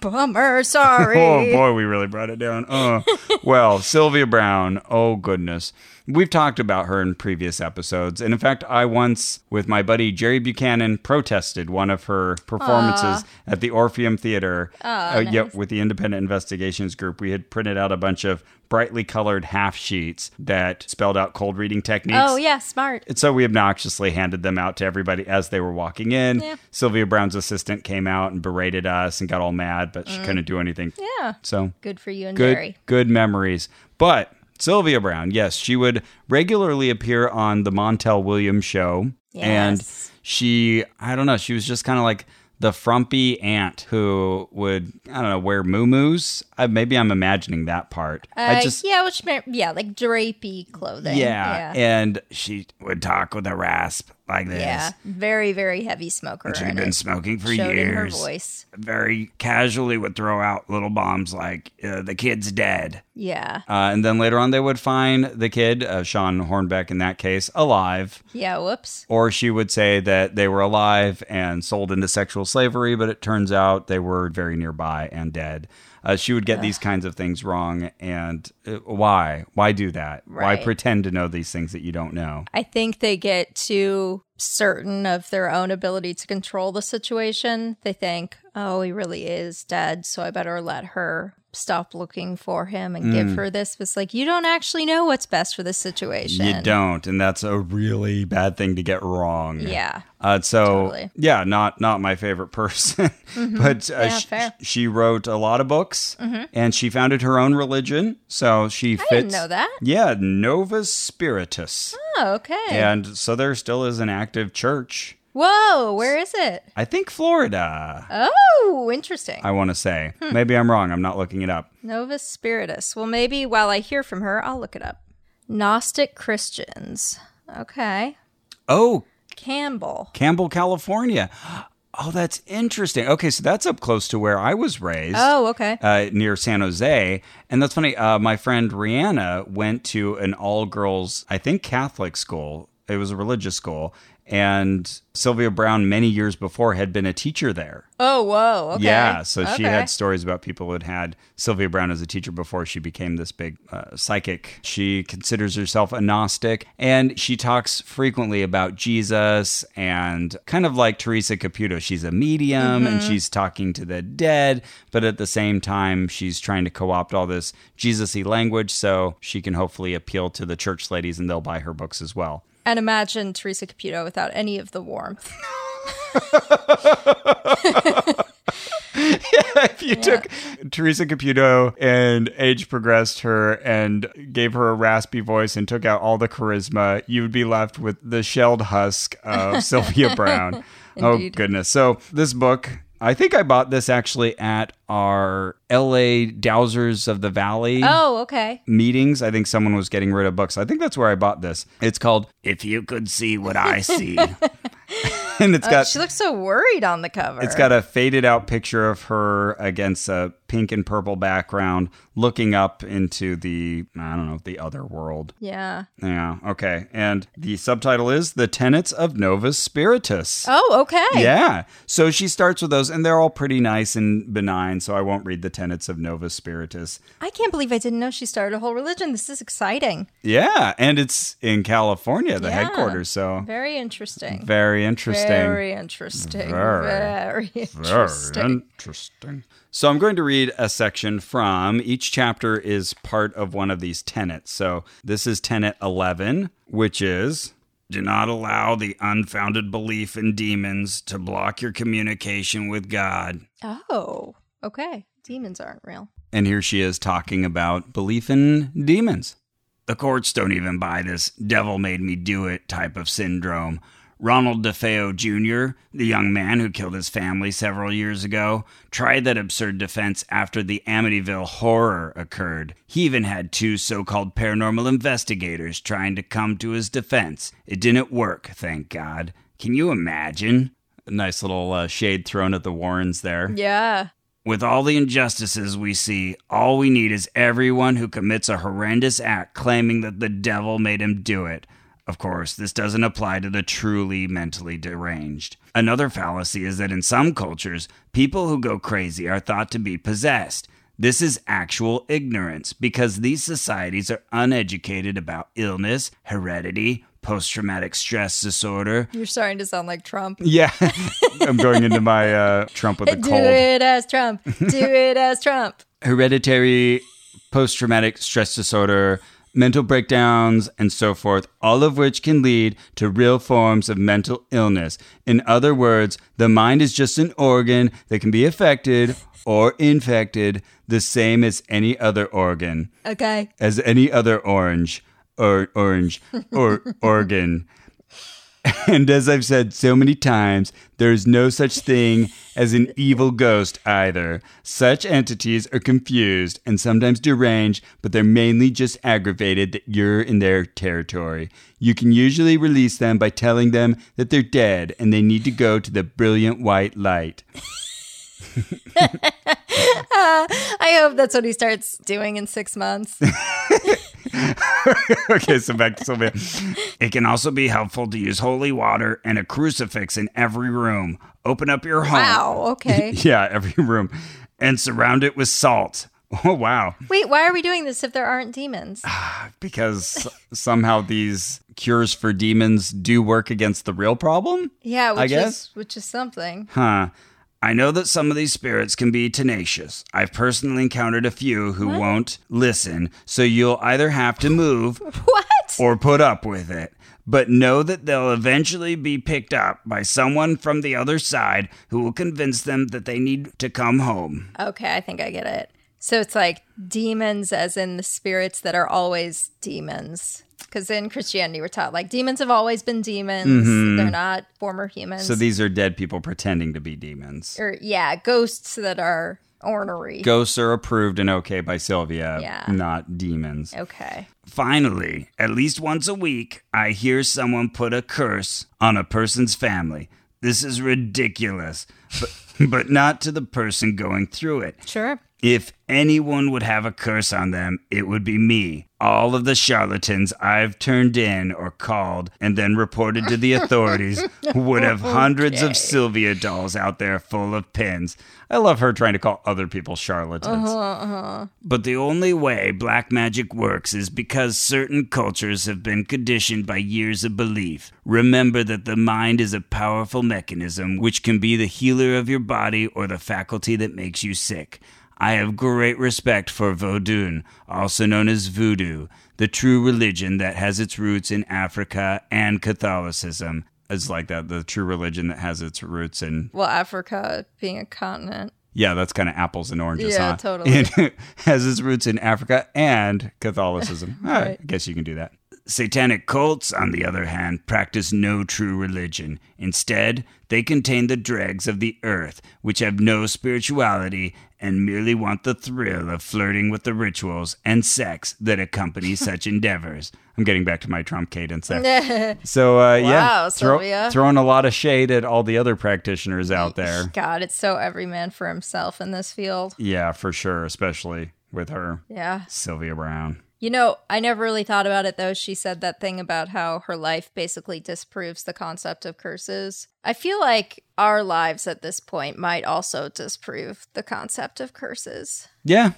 Bummer.
oh
Sorry.
boy, we really brought it down. Uh, well, Sylvia Brown, oh goodness. We've talked about her in previous episodes. And in fact, I once, with my buddy Jerry Buchanan, protested one of her performances at the Orpheum Theater. Oh, Yep, with the Independent Investigations Group. We had printed out a bunch of brightly colored half sheets that spelled out cold reading techniques.
Oh, yeah, smart.
And so we obnoxiously handed them out to everybody as they were walking in. Sylvia Brown's assistant came out and berated us and got all mad, but she couldn't do anything.
Mm. Yeah.
So
Good for you and
good,
Jerry.
good memories. But Sylvia Brown, yes, she would regularly appear on the Montel Williams show.
Yes.
And she, I don't know, she was just kind of like the frumpy aunt who would, I don't know, wear moo-moos. I, maybe I'm imagining that part. I
Uh,
just,
yeah, which meant yeah, like drapey clothing.
yeah. And she would talk with a rasp. like this.
Yeah, very very heavy smoker.
She'd
and
been
it
smoking for
showed in her
years.
voice.
Very casually would throw out little bombs like, uh, the kid's dead.
Yeah,
Uh, and then later on, they would find the kid, uh, Sean Hornbeck in that case, alive.
yeah. Whoops.
Or she would say that they were alive and sold into sexual slavery, but it turns out they were very nearby and dead. Uh, she would get these kinds of things wrong. And uh, why? Why do that? Why
Right.
pretend to know these things that you don't know?
I think they get too certain of their own ability to control the situation. They think, oh, he really is dead, so I better let her stop looking for him and
Mm.
give her this. It's like, you don't actually know what's best for this situation.
You don't, and that's a really bad thing to get wrong.
Yeah.
Uh, so
Totally. Mm-hmm.
yeah, not not my favorite person, but uh, she,
fair. Mm-hmm.
she wrote a lot of books, and she founded her own religion. So she fits.
didn't know that.
Yeah, Novus Spiritus,
Oh, okay.
and so there still is an active church.
Whoa, where is it?
I think Florida.
Oh, interesting.
I want to say
Hmm.
maybe I'm wrong. I'm not looking it up.
Novus Spiritus. Well, maybe while I hear from her, I'll look it up. Gnostic Christians. Okay.
Oh,
Campbell.
Campbell, California. Oh, that's interesting. Okay, so that's up close to where I was raised.
Oh, okay.
uh, near San Jose. And that's funny. Uh, my friend Rihanna went to an all girls, I think, Catholic school. It was a religious school. And Sylvia Brown, many years before, had been a teacher there.
Oh, whoa. Okay.
Yeah. So she
Okay.
had stories about people who had had Sylvia Brown as a teacher before she became this big uh, psychic. She considers herself a Gnostic and she talks frequently about Jesus and kind of like Teresa Caputo. She's a medium and
Mm-hmm.
she's talking to the dead, but at the same time, she's trying to co opt all this Jesus y language so she can hopefully appeal to the church ladies and they'll buy her books as well.
And imagine Teresa Caputo without any of the warmth.
if you took Teresa Caputo and age progressed her and gave her a raspy voice and took out all the charisma, you would be left with the shelled husk of Sylvia Brown. Oh goodness. So this book I think I bought this actually at our LA Dowsers of the Valley
Oh, okay.
meetings. I think someone was getting rid of books. I think that's where I bought this. It's called If You Could See What I See. and it's got
She looks so worried on the cover.
it's got a faded out picture of her against a pink and purple background looking up into the, I don't know, the other world.
Yeah.
Yeah, okay. And the subtitle is The Tenets of Novus Spiritus.
Oh, okay.
Yeah. So she starts with those, and they're all pretty nice and benign. So I won't read the tenets of Novus Spiritus.
I can't believe I didn't know she started a whole religion. This is exciting.
Yeah. And it's in California, the
Yeah.
headquarters. So
Very interesting.
very interesting.
Very interesting.
Very. Very
Very, interesting.
interesting. So I'm going to read a section from each chapter is part of one of these tenets. So this is tenet 11, which is do not allow the unfounded belief in demons to block your communication with God.
Oh, okay. Demons aren't real.
And here she is talking about belief in demons. The courts don't even buy this devil made me do it type of syndrome. Ronald DeFeo Jr., the young man who killed his family several years ago, tried that absurd defense after the Amityville horror occurred. He even had two so called paranormal investigators trying to come to his defense. It didn't work, thank God. Can you imagine? Nice little uh, shade thrown at the Warrens there.
Yeah.
With all the injustices we see, all we need is everyone who commits a horrendous act claiming that the devil made him do it. Of course, this doesn't apply to the truly mentally deranged. Another fallacy is that in some cultures, people who go crazy are thought to be possessed. This is actual ignorance because these societies are uneducated about illness, heredity, post traumatic stress disorder.
You're starting to sound like Trump.
Yeah, I'm going into my uh, Trump with a
Do it as Trump. Do it as Trump.
hereditary post traumatic stress disorder, mental breakdowns, and so forth, all of which can lead to real forms of mental illness. In other words, the mind is just an organ that can be affected or infected the same as any other organ
Okay.
as any other orange or orange or organ. And as I've said so many times, there is no such thing as an evil ghost either. Such entities are confused and sometimes deranged, but they're mainly just aggravated that you're in their territory. You can usually release them by telling them that they're dead and they need to go to the brilliant white light.
I hope that's what he starts doing in six months.
okay, so back to Sylvia. It can also be helpful to use holy water and a crucifix in every room. Open up your home.
Wow. Okay.
Yeah, every room. And surround it with salt. Oh, wow.
Wait, why are we doing this if there aren't demons?
Because somehow these cures for demons do work against the real problem?
Yeah, which
guess.
is which is something.
Huh. I know that some of these spirits can be tenacious. I've personally encountered a few who won't listen, so you'll either have to move
What?
or put up with it. But know that they'll eventually be picked up by someone from the other side who will convince them that they need to come home.
Okay, I think I get it. So it's like demons, as in the spirits that are always demons. Because in Christianity, we're taught like demons have always been demons. They're not former humans.
Mm-hmm. So these are dead people pretending to be demons.
or yeah, ghosts that are ornery.
Ghosts are approved and okay by Sylvia,
Yeah.
not demons.
okay.
Finally, at least once a week, I hear someone put a curse on a person's family. This is ridiculous, but, but not to the person going through it.
Sure.
If anyone would have a curse on them, it would be me. All of the charlatans I've turned in or called and then reported to the authorities would have hundreds of Sylvia dolls out there full of pins. I love her trying to call other people charlatans. But the only way black magic works is because certain cultures have been conditioned by years of belief. Remember that the mind is a powerful mechanism which can be the healer of your body or the faculty that makes you sick. I have great respect for Vodun, also known as voodoo, the true religion that has its roots in Africa and Catholicism. It's like that, the true religion that has its roots in
Well, Africa being a continent.
yeah, that's kind of apples and oranges.
Yeah,
huh?
totally.
It has its roots in Africa and Catholicism. All right, I guess you can do that. Satanic cults, on the other hand, practice no true religion. Instead, they contain the dregs of the earth, which have no spirituality and merely want the thrill of flirting with the rituals and sex that accompany such endeavors. I'm getting back to my Trump cadence there. so, uh, yeah,
Wow, Sylvia.
throwing a lot of shade at all the other practitioners out there.
God, it's so every man for himself in this field.
Yeah, for sure, especially with her,
Yeah.
Sylvia Brown.
You know, I never really thought about it though. She said that thing about how her life basically disproves the concept of curses. I feel like our lives at this point might also disprove the concept of curses
Yeah.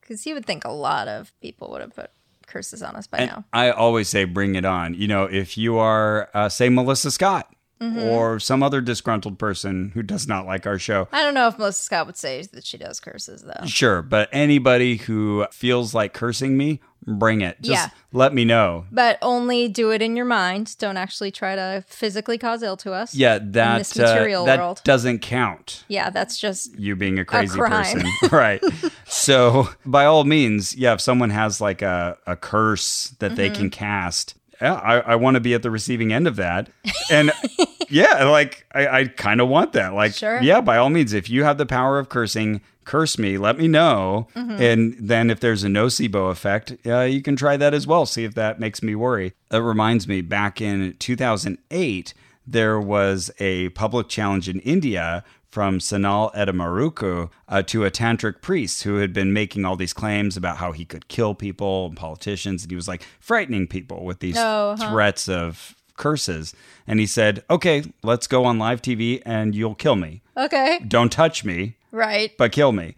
because you would think a lot of people would have put curses on us by
And
now.
I always say, bring it on. You know, if you are, uh, say, Melissa Scott
Mm-hmm.
or some other disgruntled person who does not like our show,
I don't know if Melissa Scott would say that she does curses though.
sure. But anybody who feels like cursing me, bring it. Just
Yeah.
let me know.
But only do it in your mind. Don't actually try to physically cause ill to us.
Yeah, that,
this
uh,
material
that
world.
doesn't count.
Yeah, that's just
you being a crazy
crime.
person. right. So, by all means, yeah, if someone has like a, a curse that they
Mm-hmm.
can cast, yeah, I, I want to be at the receiving end of that. And yeah, like I, I kind of want that. Like,
Sure.
yeah, by all means, if you have the power of cursing, curse me, let me know. And then if there's a nocebo effect, uh, you can try that as well. See if that makes me worry. That reminds me back in 2008, there was a public challenge in India from Sanal Edamaruku uh, to a tantric priest who had been making all these claims about how he could kill people and politicians. And he was like frightening people with these
Oh, huh.
threats of curses. And he said, okay, let's go on live TV and you'll kill me.
okay,
Don't touch me,
right?
but kill me.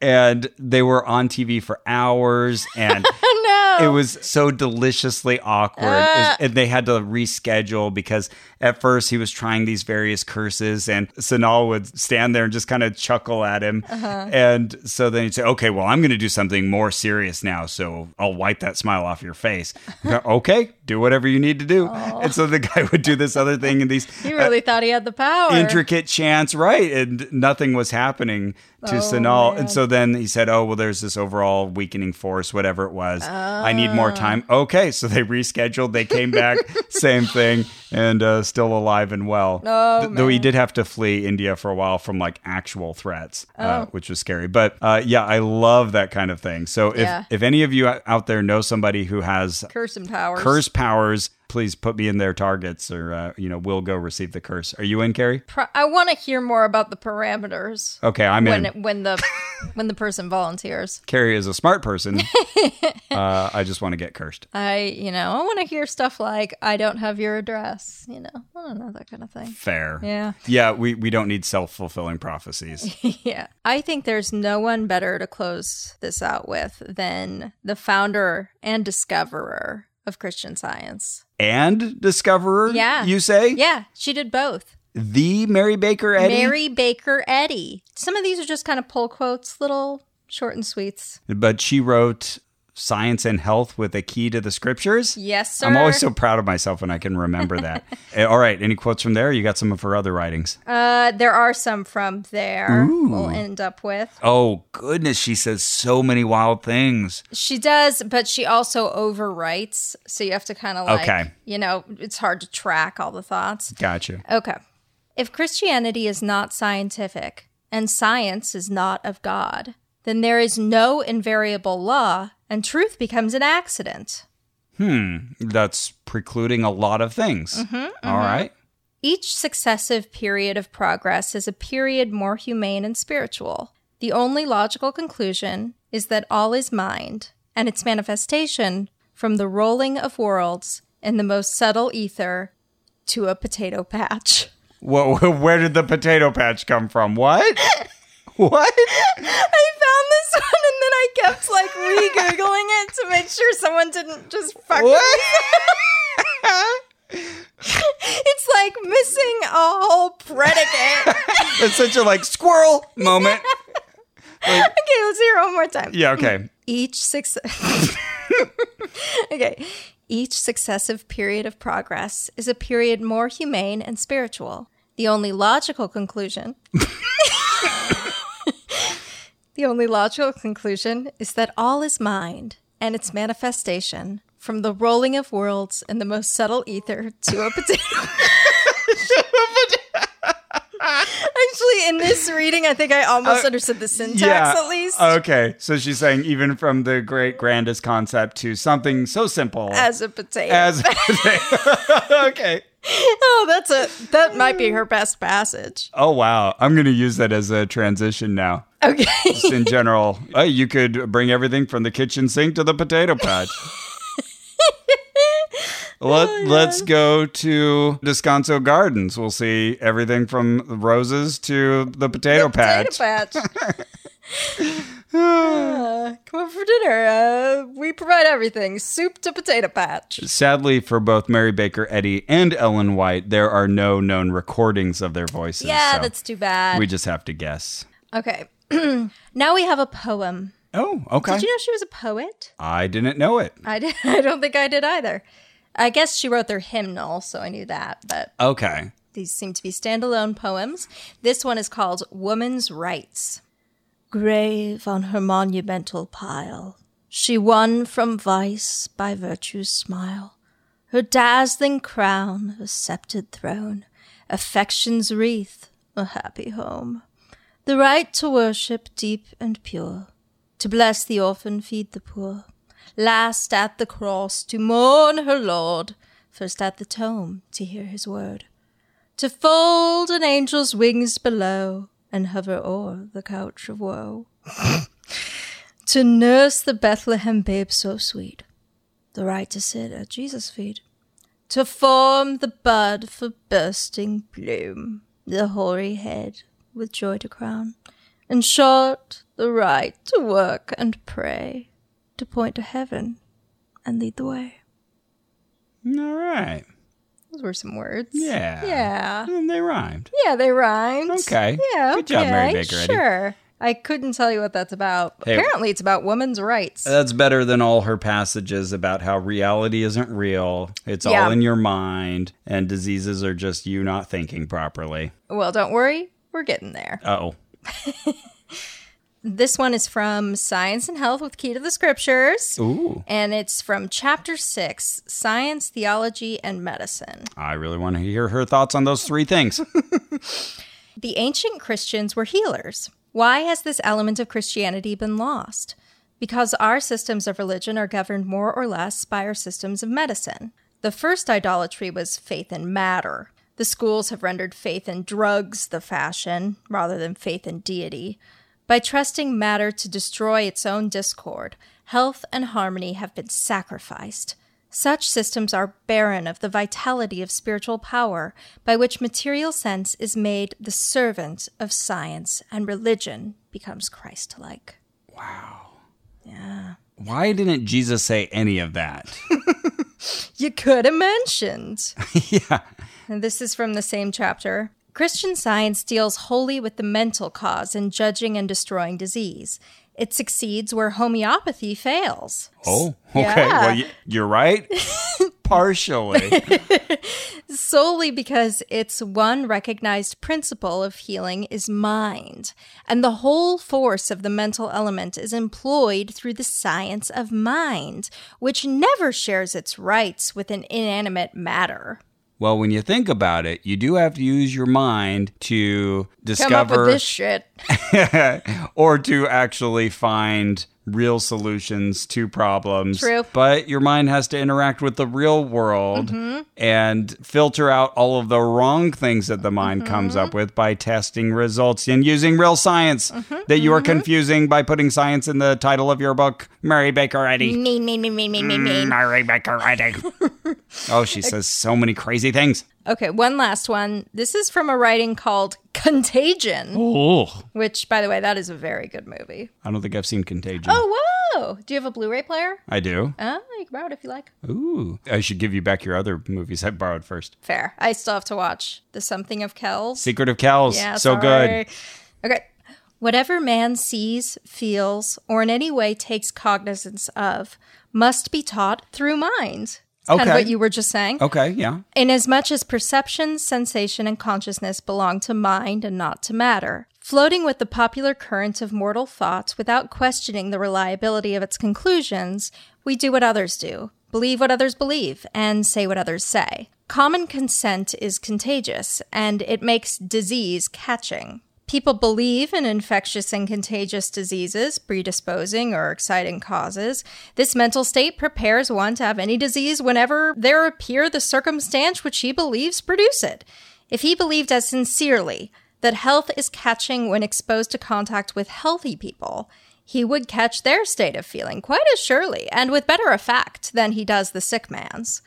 And they were on TV for hours and.
no,
It was so deliciously awkward. Is- and they had to reschedule because at first he was trying these various curses, and Sanal would stand there and just kind of chuckle at him. And so then he'd say, Okay, well, I'm going to do something more serious now. So I'll wipe that smile off your face. okay, do whatever you need to do. And so the guy would do this other thing and these
he really thought he had the power.
intricate chants, right? And nothing was happening to Sanal. And so then he said, Oh, well, there's this overall weakening force, whatever it was. I need more time. Okay. So they rescheduled. They came back, same thing, and uh, still alive and well. Th- though he did have to flee India for a while from like actual threats, uh, which was scary. But uh, yeah, I love that kind of thing. So if,
Yeah.
if any of you out there know somebody who has
Curse and powers.
curse powers, please put me in their targets or, uh, you know, we'll go receive the curse. Are you in, Carrie?
Pro- I want to hear more about the parameters.
Okay, I'm
when
in.
it- when the when the person volunteers.
Carrie is a smart person. uh, I just want to get cursed.
I you know I want to hear stuff like I don't have your address. You know I don't know that kind of thing.
Fair.
Yeah.
Yeah, we, we don't need self fulfilling prophecies.
Yeah. I think there's no one better to close this out with than the founder and discoverer of Christian Science.
and Discoverer,
Yeah.
you say?
Yeah, she did both.
The Mary Baker Eddy?
Mary Baker Eddy. Some of these are just kind of pull quotes, little short and sweets.
But she wrote Science and Health with a Key to the Scriptures.
Yes, sir.
I'm always so proud of myself when I can remember that. Eh, All right, any quotes from there? You got some of her other writings.
uh, there are some from there. We'll end up with.
Oh, goodness, she says so many wild things.
She does, but she also overwrites, so you have to kind of like,
Okay.
you know, it's hard to track all the thoughts.
Gotcha.
Okay. If Christianity is not scientific and science is not of God, then there is no invariable law and truth becomes an accident.
Hmm, That's precluding a lot of things.
Mm-hmm,
All right.
Each successive period of progress is a period more humane and spiritual. The only logical conclusion is that all is mind, and its manifestation from the rolling of worlds in the most subtle ether to a potato patch.
Whoa, where did the potato patch come from? What? what?
I found this one and then I kept like re googling it to make sure someone didn't just fuck
What?
It's like missing a whole predicate.
It's such a like squirrel moment.
okay, let's hear it one more time.
Yeah, okay.
each success okay each successive period of progress is a period more humane and spiritual the only logical conclusion the only logical conclusion is that all is mind and its manifestation from the rolling of worlds in the most subtle ether to a potato actually in this reading i think i almost understood the syntax at least
Okay. So she's saying even from the great grandest concept to something so simple
as a potato
as- Okay.
Oh, that's a that might be her best passage.
Oh wow. I'm going to use that as a transition now.
Okay.
Just in general. Oh, you could bring everything from the kitchen sink to the potato patch. Let, Let's go to Descanso Gardens. We'll see everything from roses to the potato patch.
Potato patch. Uh, come over for dinner. Uh, we provide everything soup to potato patch.
Sadly for both Mary Baker Eddy and Ellen White, there are no known recordings of their voices.
Yeah,
so
that's too bad.
We just have to guess.
okay. now we have a poem.
Oh, okay.
Did you know she was a poet?
I didn't know it.
I, did, I don't think I did either. I guess she wrote their hymnal, so I knew that, but
Okay.
These seem to be standalone poems. This one is called Woman's Rights. Grave on her monumental pile, she won from vice by virtue's smile. Her dazzling crown, her sceptred throne, affection's wreath, a happy home. The right to worship deep and pure, to bless the orphan, feed the poor. Last at the cross to mourn her Lord, first at the tomb to hear his word to fold an angel's wings below and hover o'er the couch of woe. to nurse the Bethlehem babe so sweet, the right to sit at Jesus' feet, to form the bud for bursting bloom, the hoary head with joy to crown. In short, the right to work and pray, to point to heaven and lead the way.
All right.
Those were some words.
Yeah.
Yeah.
And they rhymed.
Yeah, they rhymed.
Okay.
Yeah.
Good job, Mary
okay,
Baker Eddy.
Sure. I couldn't tell you what that's about.
Hey. Uh,
Apparently, it's about women's rights.
That's better than all her passages about how reality isn't real. It's
Yeah.
all in your mind, and diseases are just you not thinking properly.
well, don't worry, we're getting there.
Uh oh.
This one is from Science and Health with Key to the Scriptures.
Ooh,
And it's from chapter six Science, Theology, and Medicine.
I really want to hear her thoughts on those three things.
The ancient Christians were healers. Why has this element of Christianity been lost? Because our systems of religion are governed more or less by our systems of medicine. The first idolatry was faith in matter. The schools have rendered faith in drugs the fashion rather than faith in deity. By trusting matter to destroy its own discord, health and harmony have been sacrificed. Such systems are barren of the vitality of spiritual power, by which material sense is made the servant of science and religion becomes Christ like.
Why didn't Jesus say any of that?
You could have mentioned. yeah. And this is from the same chapter. Christian science deals wholly with the mental cause in judging and destroying disease. It succeeds where homeopathy fails.
Oh, okay.
Yeah.
Well, y- you're right. Partially.
solely because its one recognized principle of healing is mind, and the whole force of the mental element is employed through the science of mind, which never shares its rights with an inanimate matter.
Well, when you think about it, you do have to use your mind to
Come up
discover
with this shit.
or to actually find real solutions to problems.
True.
But your mind has to interact with the real world
Mm-hmm.
and filter out all of the wrong things that the mind
Mm-hmm.
comes up with by testing results and using real science
Mm-hmm.
that you are confusing by putting science in the title of your book, Mary Baker Eddy.
Mean, mean, mean, mean, mean, mean,
Mm-hmm.
mean.
Mary Baker Eddy. oh, she says so many crazy things.
Okay, one last one. This is from a writing called Contagion,
Oh.
which, by the way, that is a very good movie.
I don't think I've seen Contagion.
Oh, whoa! Do you have a Blu ray player?
I do.
Uh, you can borrow it if you like.
Ooh. I should give you back your other movies I borrowed first.
Fair. I still have to watch The Something of Kells.
Secret of Kells.
Yeah,
so
sorry.
good.
Okay. Whatever man sees, feels, or in any way takes cognizance of must be taught through mind. It's Kind
Okay.
of what you were just saying.
Okay, yeah.
Inasmuch as perception, sensation, and consciousness belong to mind and not to matter, floating with the popular current of mortal thought without questioning the reliability of its conclusions, we do what others do, believe what others believe, and say what others say. Common consent is contagious, and it makes disease catching. People believe in infectious and contagious diseases, predisposing or exciting causes. This mental state prepares one to have any disease whenever there appear the circumstance which he believes produce it. If he believed as sincerely that health is catching when exposed to contact with healthy people, he would catch their state of feeling quite as surely and with better effect than he does the sick man's.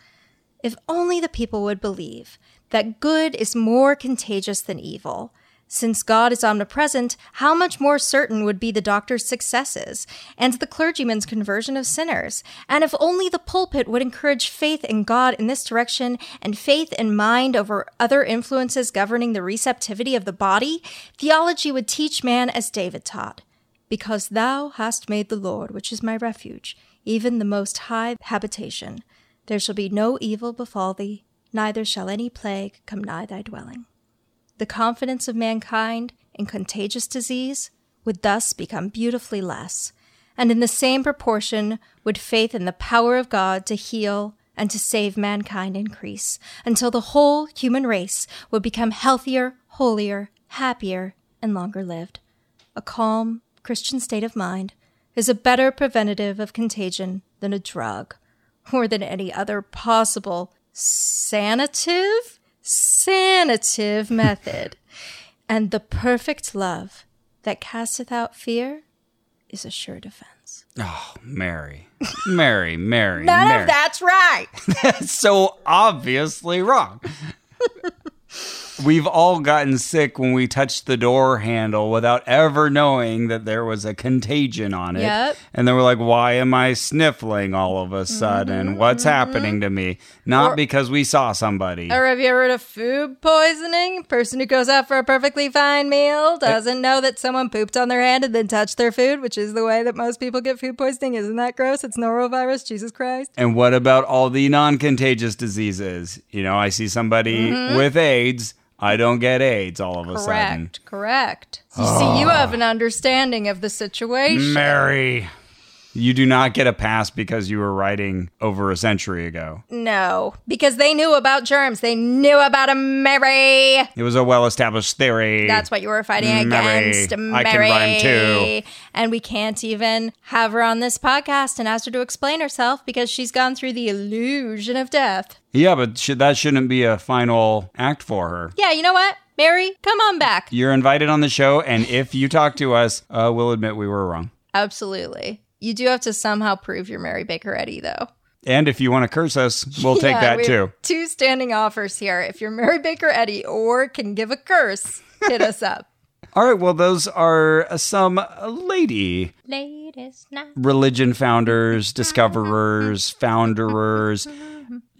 If only the people would believe that good is more contagious than evil. Since God is omnipresent, how much more certain would be the doctor's successes and the clergyman's conversion of sinners? And if only the pulpit would encourage faith in God in this direction and faith in mind over other influences governing the receptivity of the body, theology would teach man as David taught. Because thou hast made the Lord, which is my refuge, even the most high habitation, there shall be no evil befall thee, neither shall any plague come nigh thy dwelling. The confidence of mankind in contagious disease would thus become beautifully less, and in the same proportion would faith in the power of God to heal and to save mankind increase, until the whole human race would become healthier, holier, happier, and longer lived. A calm Christian state of mind is a better preventative of contagion than a drug or than any other possible sanative sanative method. and the perfect love that casteth out fear is a sure defense.
Oh, Mary. Mary, Mary,
None
Mary.
of that's right.
That's so obviously wrong. We've all gotten sick when we touched the door handle without ever knowing that there was a contagion on it.
Yep.
And then we're like, why am I sniffling all of a sudden? What's
Mm-hmm.
happening to me? Not because we saw somebody.
or have you ever heard of food poisoning? Person who goes out for a perfectly fine meal doesn't know that someone pooped on their hand and then touched their food, which is the way that most people get food poisoning. Isn't that gross? It's norovirus. Jesus Christ.
And what about all the non contagious diseases? You know, I see somebody with AIDS. I don't get AIDS all of a sudden.
Mm-hmm. Correct. Correct. You see, you have an understanding of the situation.
Mary. You do not get a pass because you were writing over a century ago.
No, because they knew about germs. They knew about a Mary.
It was a well established theory.
That's what you were fighting
Mary.
against.
I can
Mary.
rhyme too.
And we can't even have her on this podcast and ask her to explain herself because she's gone through the illusion of death.
Yeah, but should, that shouldn't be a final act for her.
Yeah, you know what? Mary, come on back.
You're invited on the show, and if you talk to us, uh, we'll admit we were wrong.
Absolutely. You do have to somehow prove you're Mary Baker Eddy, though.
And if you want to curse us, we'll take
Yeah,
that
we have
too.
Two standing offers here. If you're Mary Baker Eddy or can give a curse, hit us up.
All right, well, those are uh, some uh, lady
Latest night.
religion founders, discoverers, founderers,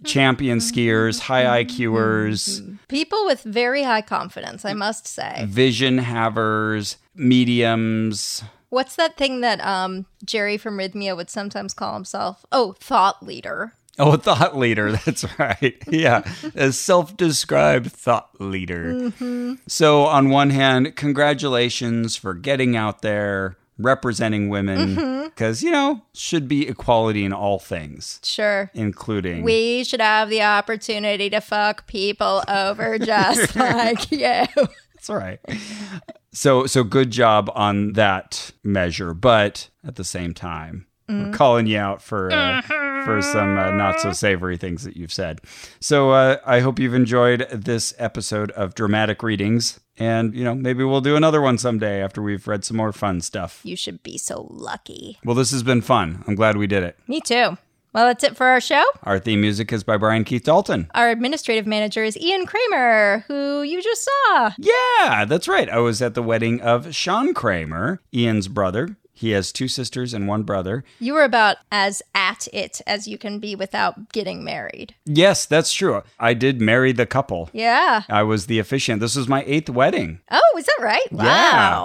champion skiers, high IQers,
People with very high confidence, I must
Mm-hmm.
say.
vision havers, mediums.
What's that thing that um, Jerry from Rhythmia would sometimes call himself? Oh, thought leader.
Oh, a thought leader. That's right. Yeah. A self described thought leader. So, on one hand, congratulations for getting out there, representing women, because, you know, should be equality in all things,
Sure.
including.
We should have the opportunity to fuck people over just like you.
That's all right. So so good job on that measure, but at the same time, we're calling you out for uh, for some uh, not so savory things that you've said. So uh, I hope you've enjoyed this episode of dramatic readings, and you know maybe we'll do another one someday after we've read some more fun stuff.
You should be so lucky.
Well, this has been fun. I'm glad we did it.
Me too. Well, that's it for our show.
Our theme music is by Brian Keith Dalton.
Our administrative manager is Ian Kramer, who you just saw.
Yeah, that's right. I was at the wedding of Sean Kramer, Ian's brother. He has two sisters and one brother.
You were about as at it as you can be without getting married.
Yes, that's true. I did marry the couple.
Yeah.
I was the officiant. This was my eighth wedding.
Oh, is that right? Wow.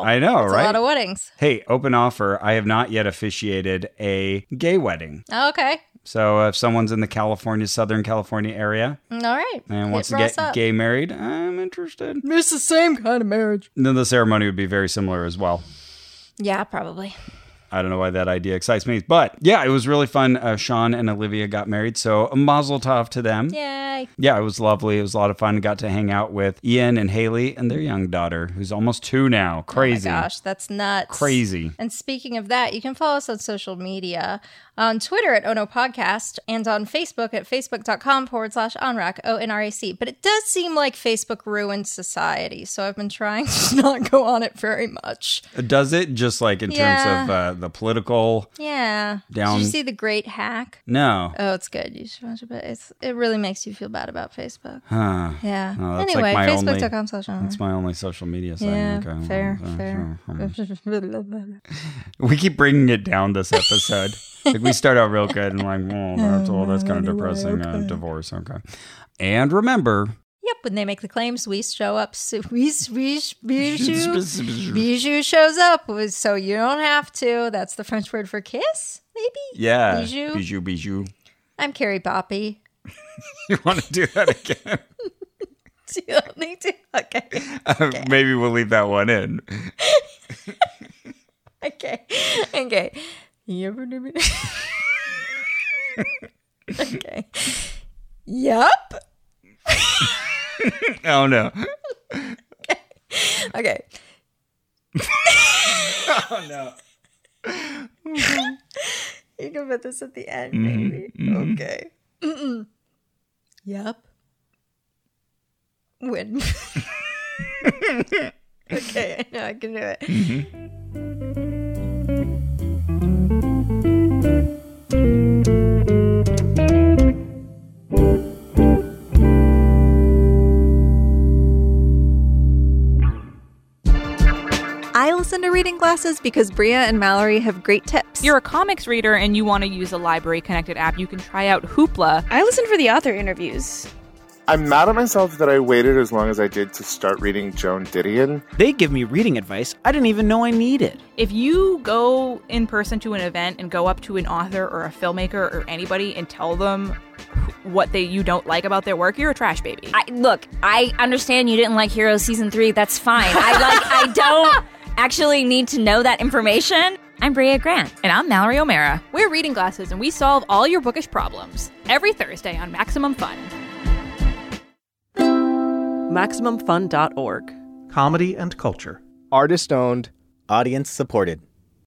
Yeah, I know,
That's
right?
A lot of weddings.
Hey, open offer. I have not yet officiated a gay wedding.
Oh, okay.
So if someone's in the California, Southern California area
All right.
and
Hit
wants to
Ross
get
up.
gay married, I'm interested.
It's the same kind of marriage.
Then the ceremony would be very similar as well.
Yeah, probably.
I don't know why that idea excites me, but yeah, it was really fun. Uh, Sean and Olivia got married, so a mazel tov to them.
Yay. Oh
Yeah, it was lovely. It was a lot of fun. Got to hang out with Ian and Haley and their young daughter, who's almost two now. Crazy.
Oh my gosh, that's nuts.
Crazy.
And speaking of that, you can follow us on social media on Twitter at Ono Podcast and on Facebook at facebook.com forward slash onrac, O N R A C. But it does seem like Facebook ruins society, so I've been trying to not go on it very much.
Does it just like in
Yeah.
terms of uh, the political?
Yeah.
Down-
Did you see the great hack?
No.
Oh, it's good. You should watch it, but it's, it really makes you feel bad about Facebook.
Huh.
Yeah.
Oh, that's like
anyway,
my only-
facebook.com slash
That's
onrac.
my only social media site.
Yeah,
Okay, well,
fair,
uh,
fair.
sure. We keep bringing it down this episode. like we start out real good and like, oh, that's all. That's kind of depressing. Uh, divorce. Okay. And remember,
Yep, when they make the claims, we show up. So we, we, Bijou, Bijou shows up, so you don't have to. That's the French word for kiss, maybe?
yeah,
Bijou.
bijou, bijou.
I'm Carrie Boppy.
You want to do that again?
Do you don't need to? Okay.
Maybe we'll leave that one in.
Okay. Okay. You ever do me? okay. Yup.
Oh no.
Okay.
Oh no.
You can put this at the end, maybe. Okay. Yep. Win. okay, I know I can do it.
I listen to reading glasses because Bria and Mallory have great tips.
If you're a comics reader and you want to use a library connected app, you can try out Hoopla.
I listen for the author interviews.
I'm mad at myself that I waited as long as I did to start reading Joan Didion.
They give me reading advice I didn't even know I needed.
If you go in person to an event and go up to an author or a filmmaker or anybody and tell them wh- what they you don't like about their work, you're a trash baby.
I, look, I understand you didn't like Heroes season three. That's fine. I like. I don't actually need to know that information. I'm Bria Grant.
and I'm Mallory O'Mara. We're Reading Glasses and we solve all your bookish problems every Thursday on Maximum Fun.
MaximumFun.org.
Comedy and culture.
Artist owned.
Audience supported.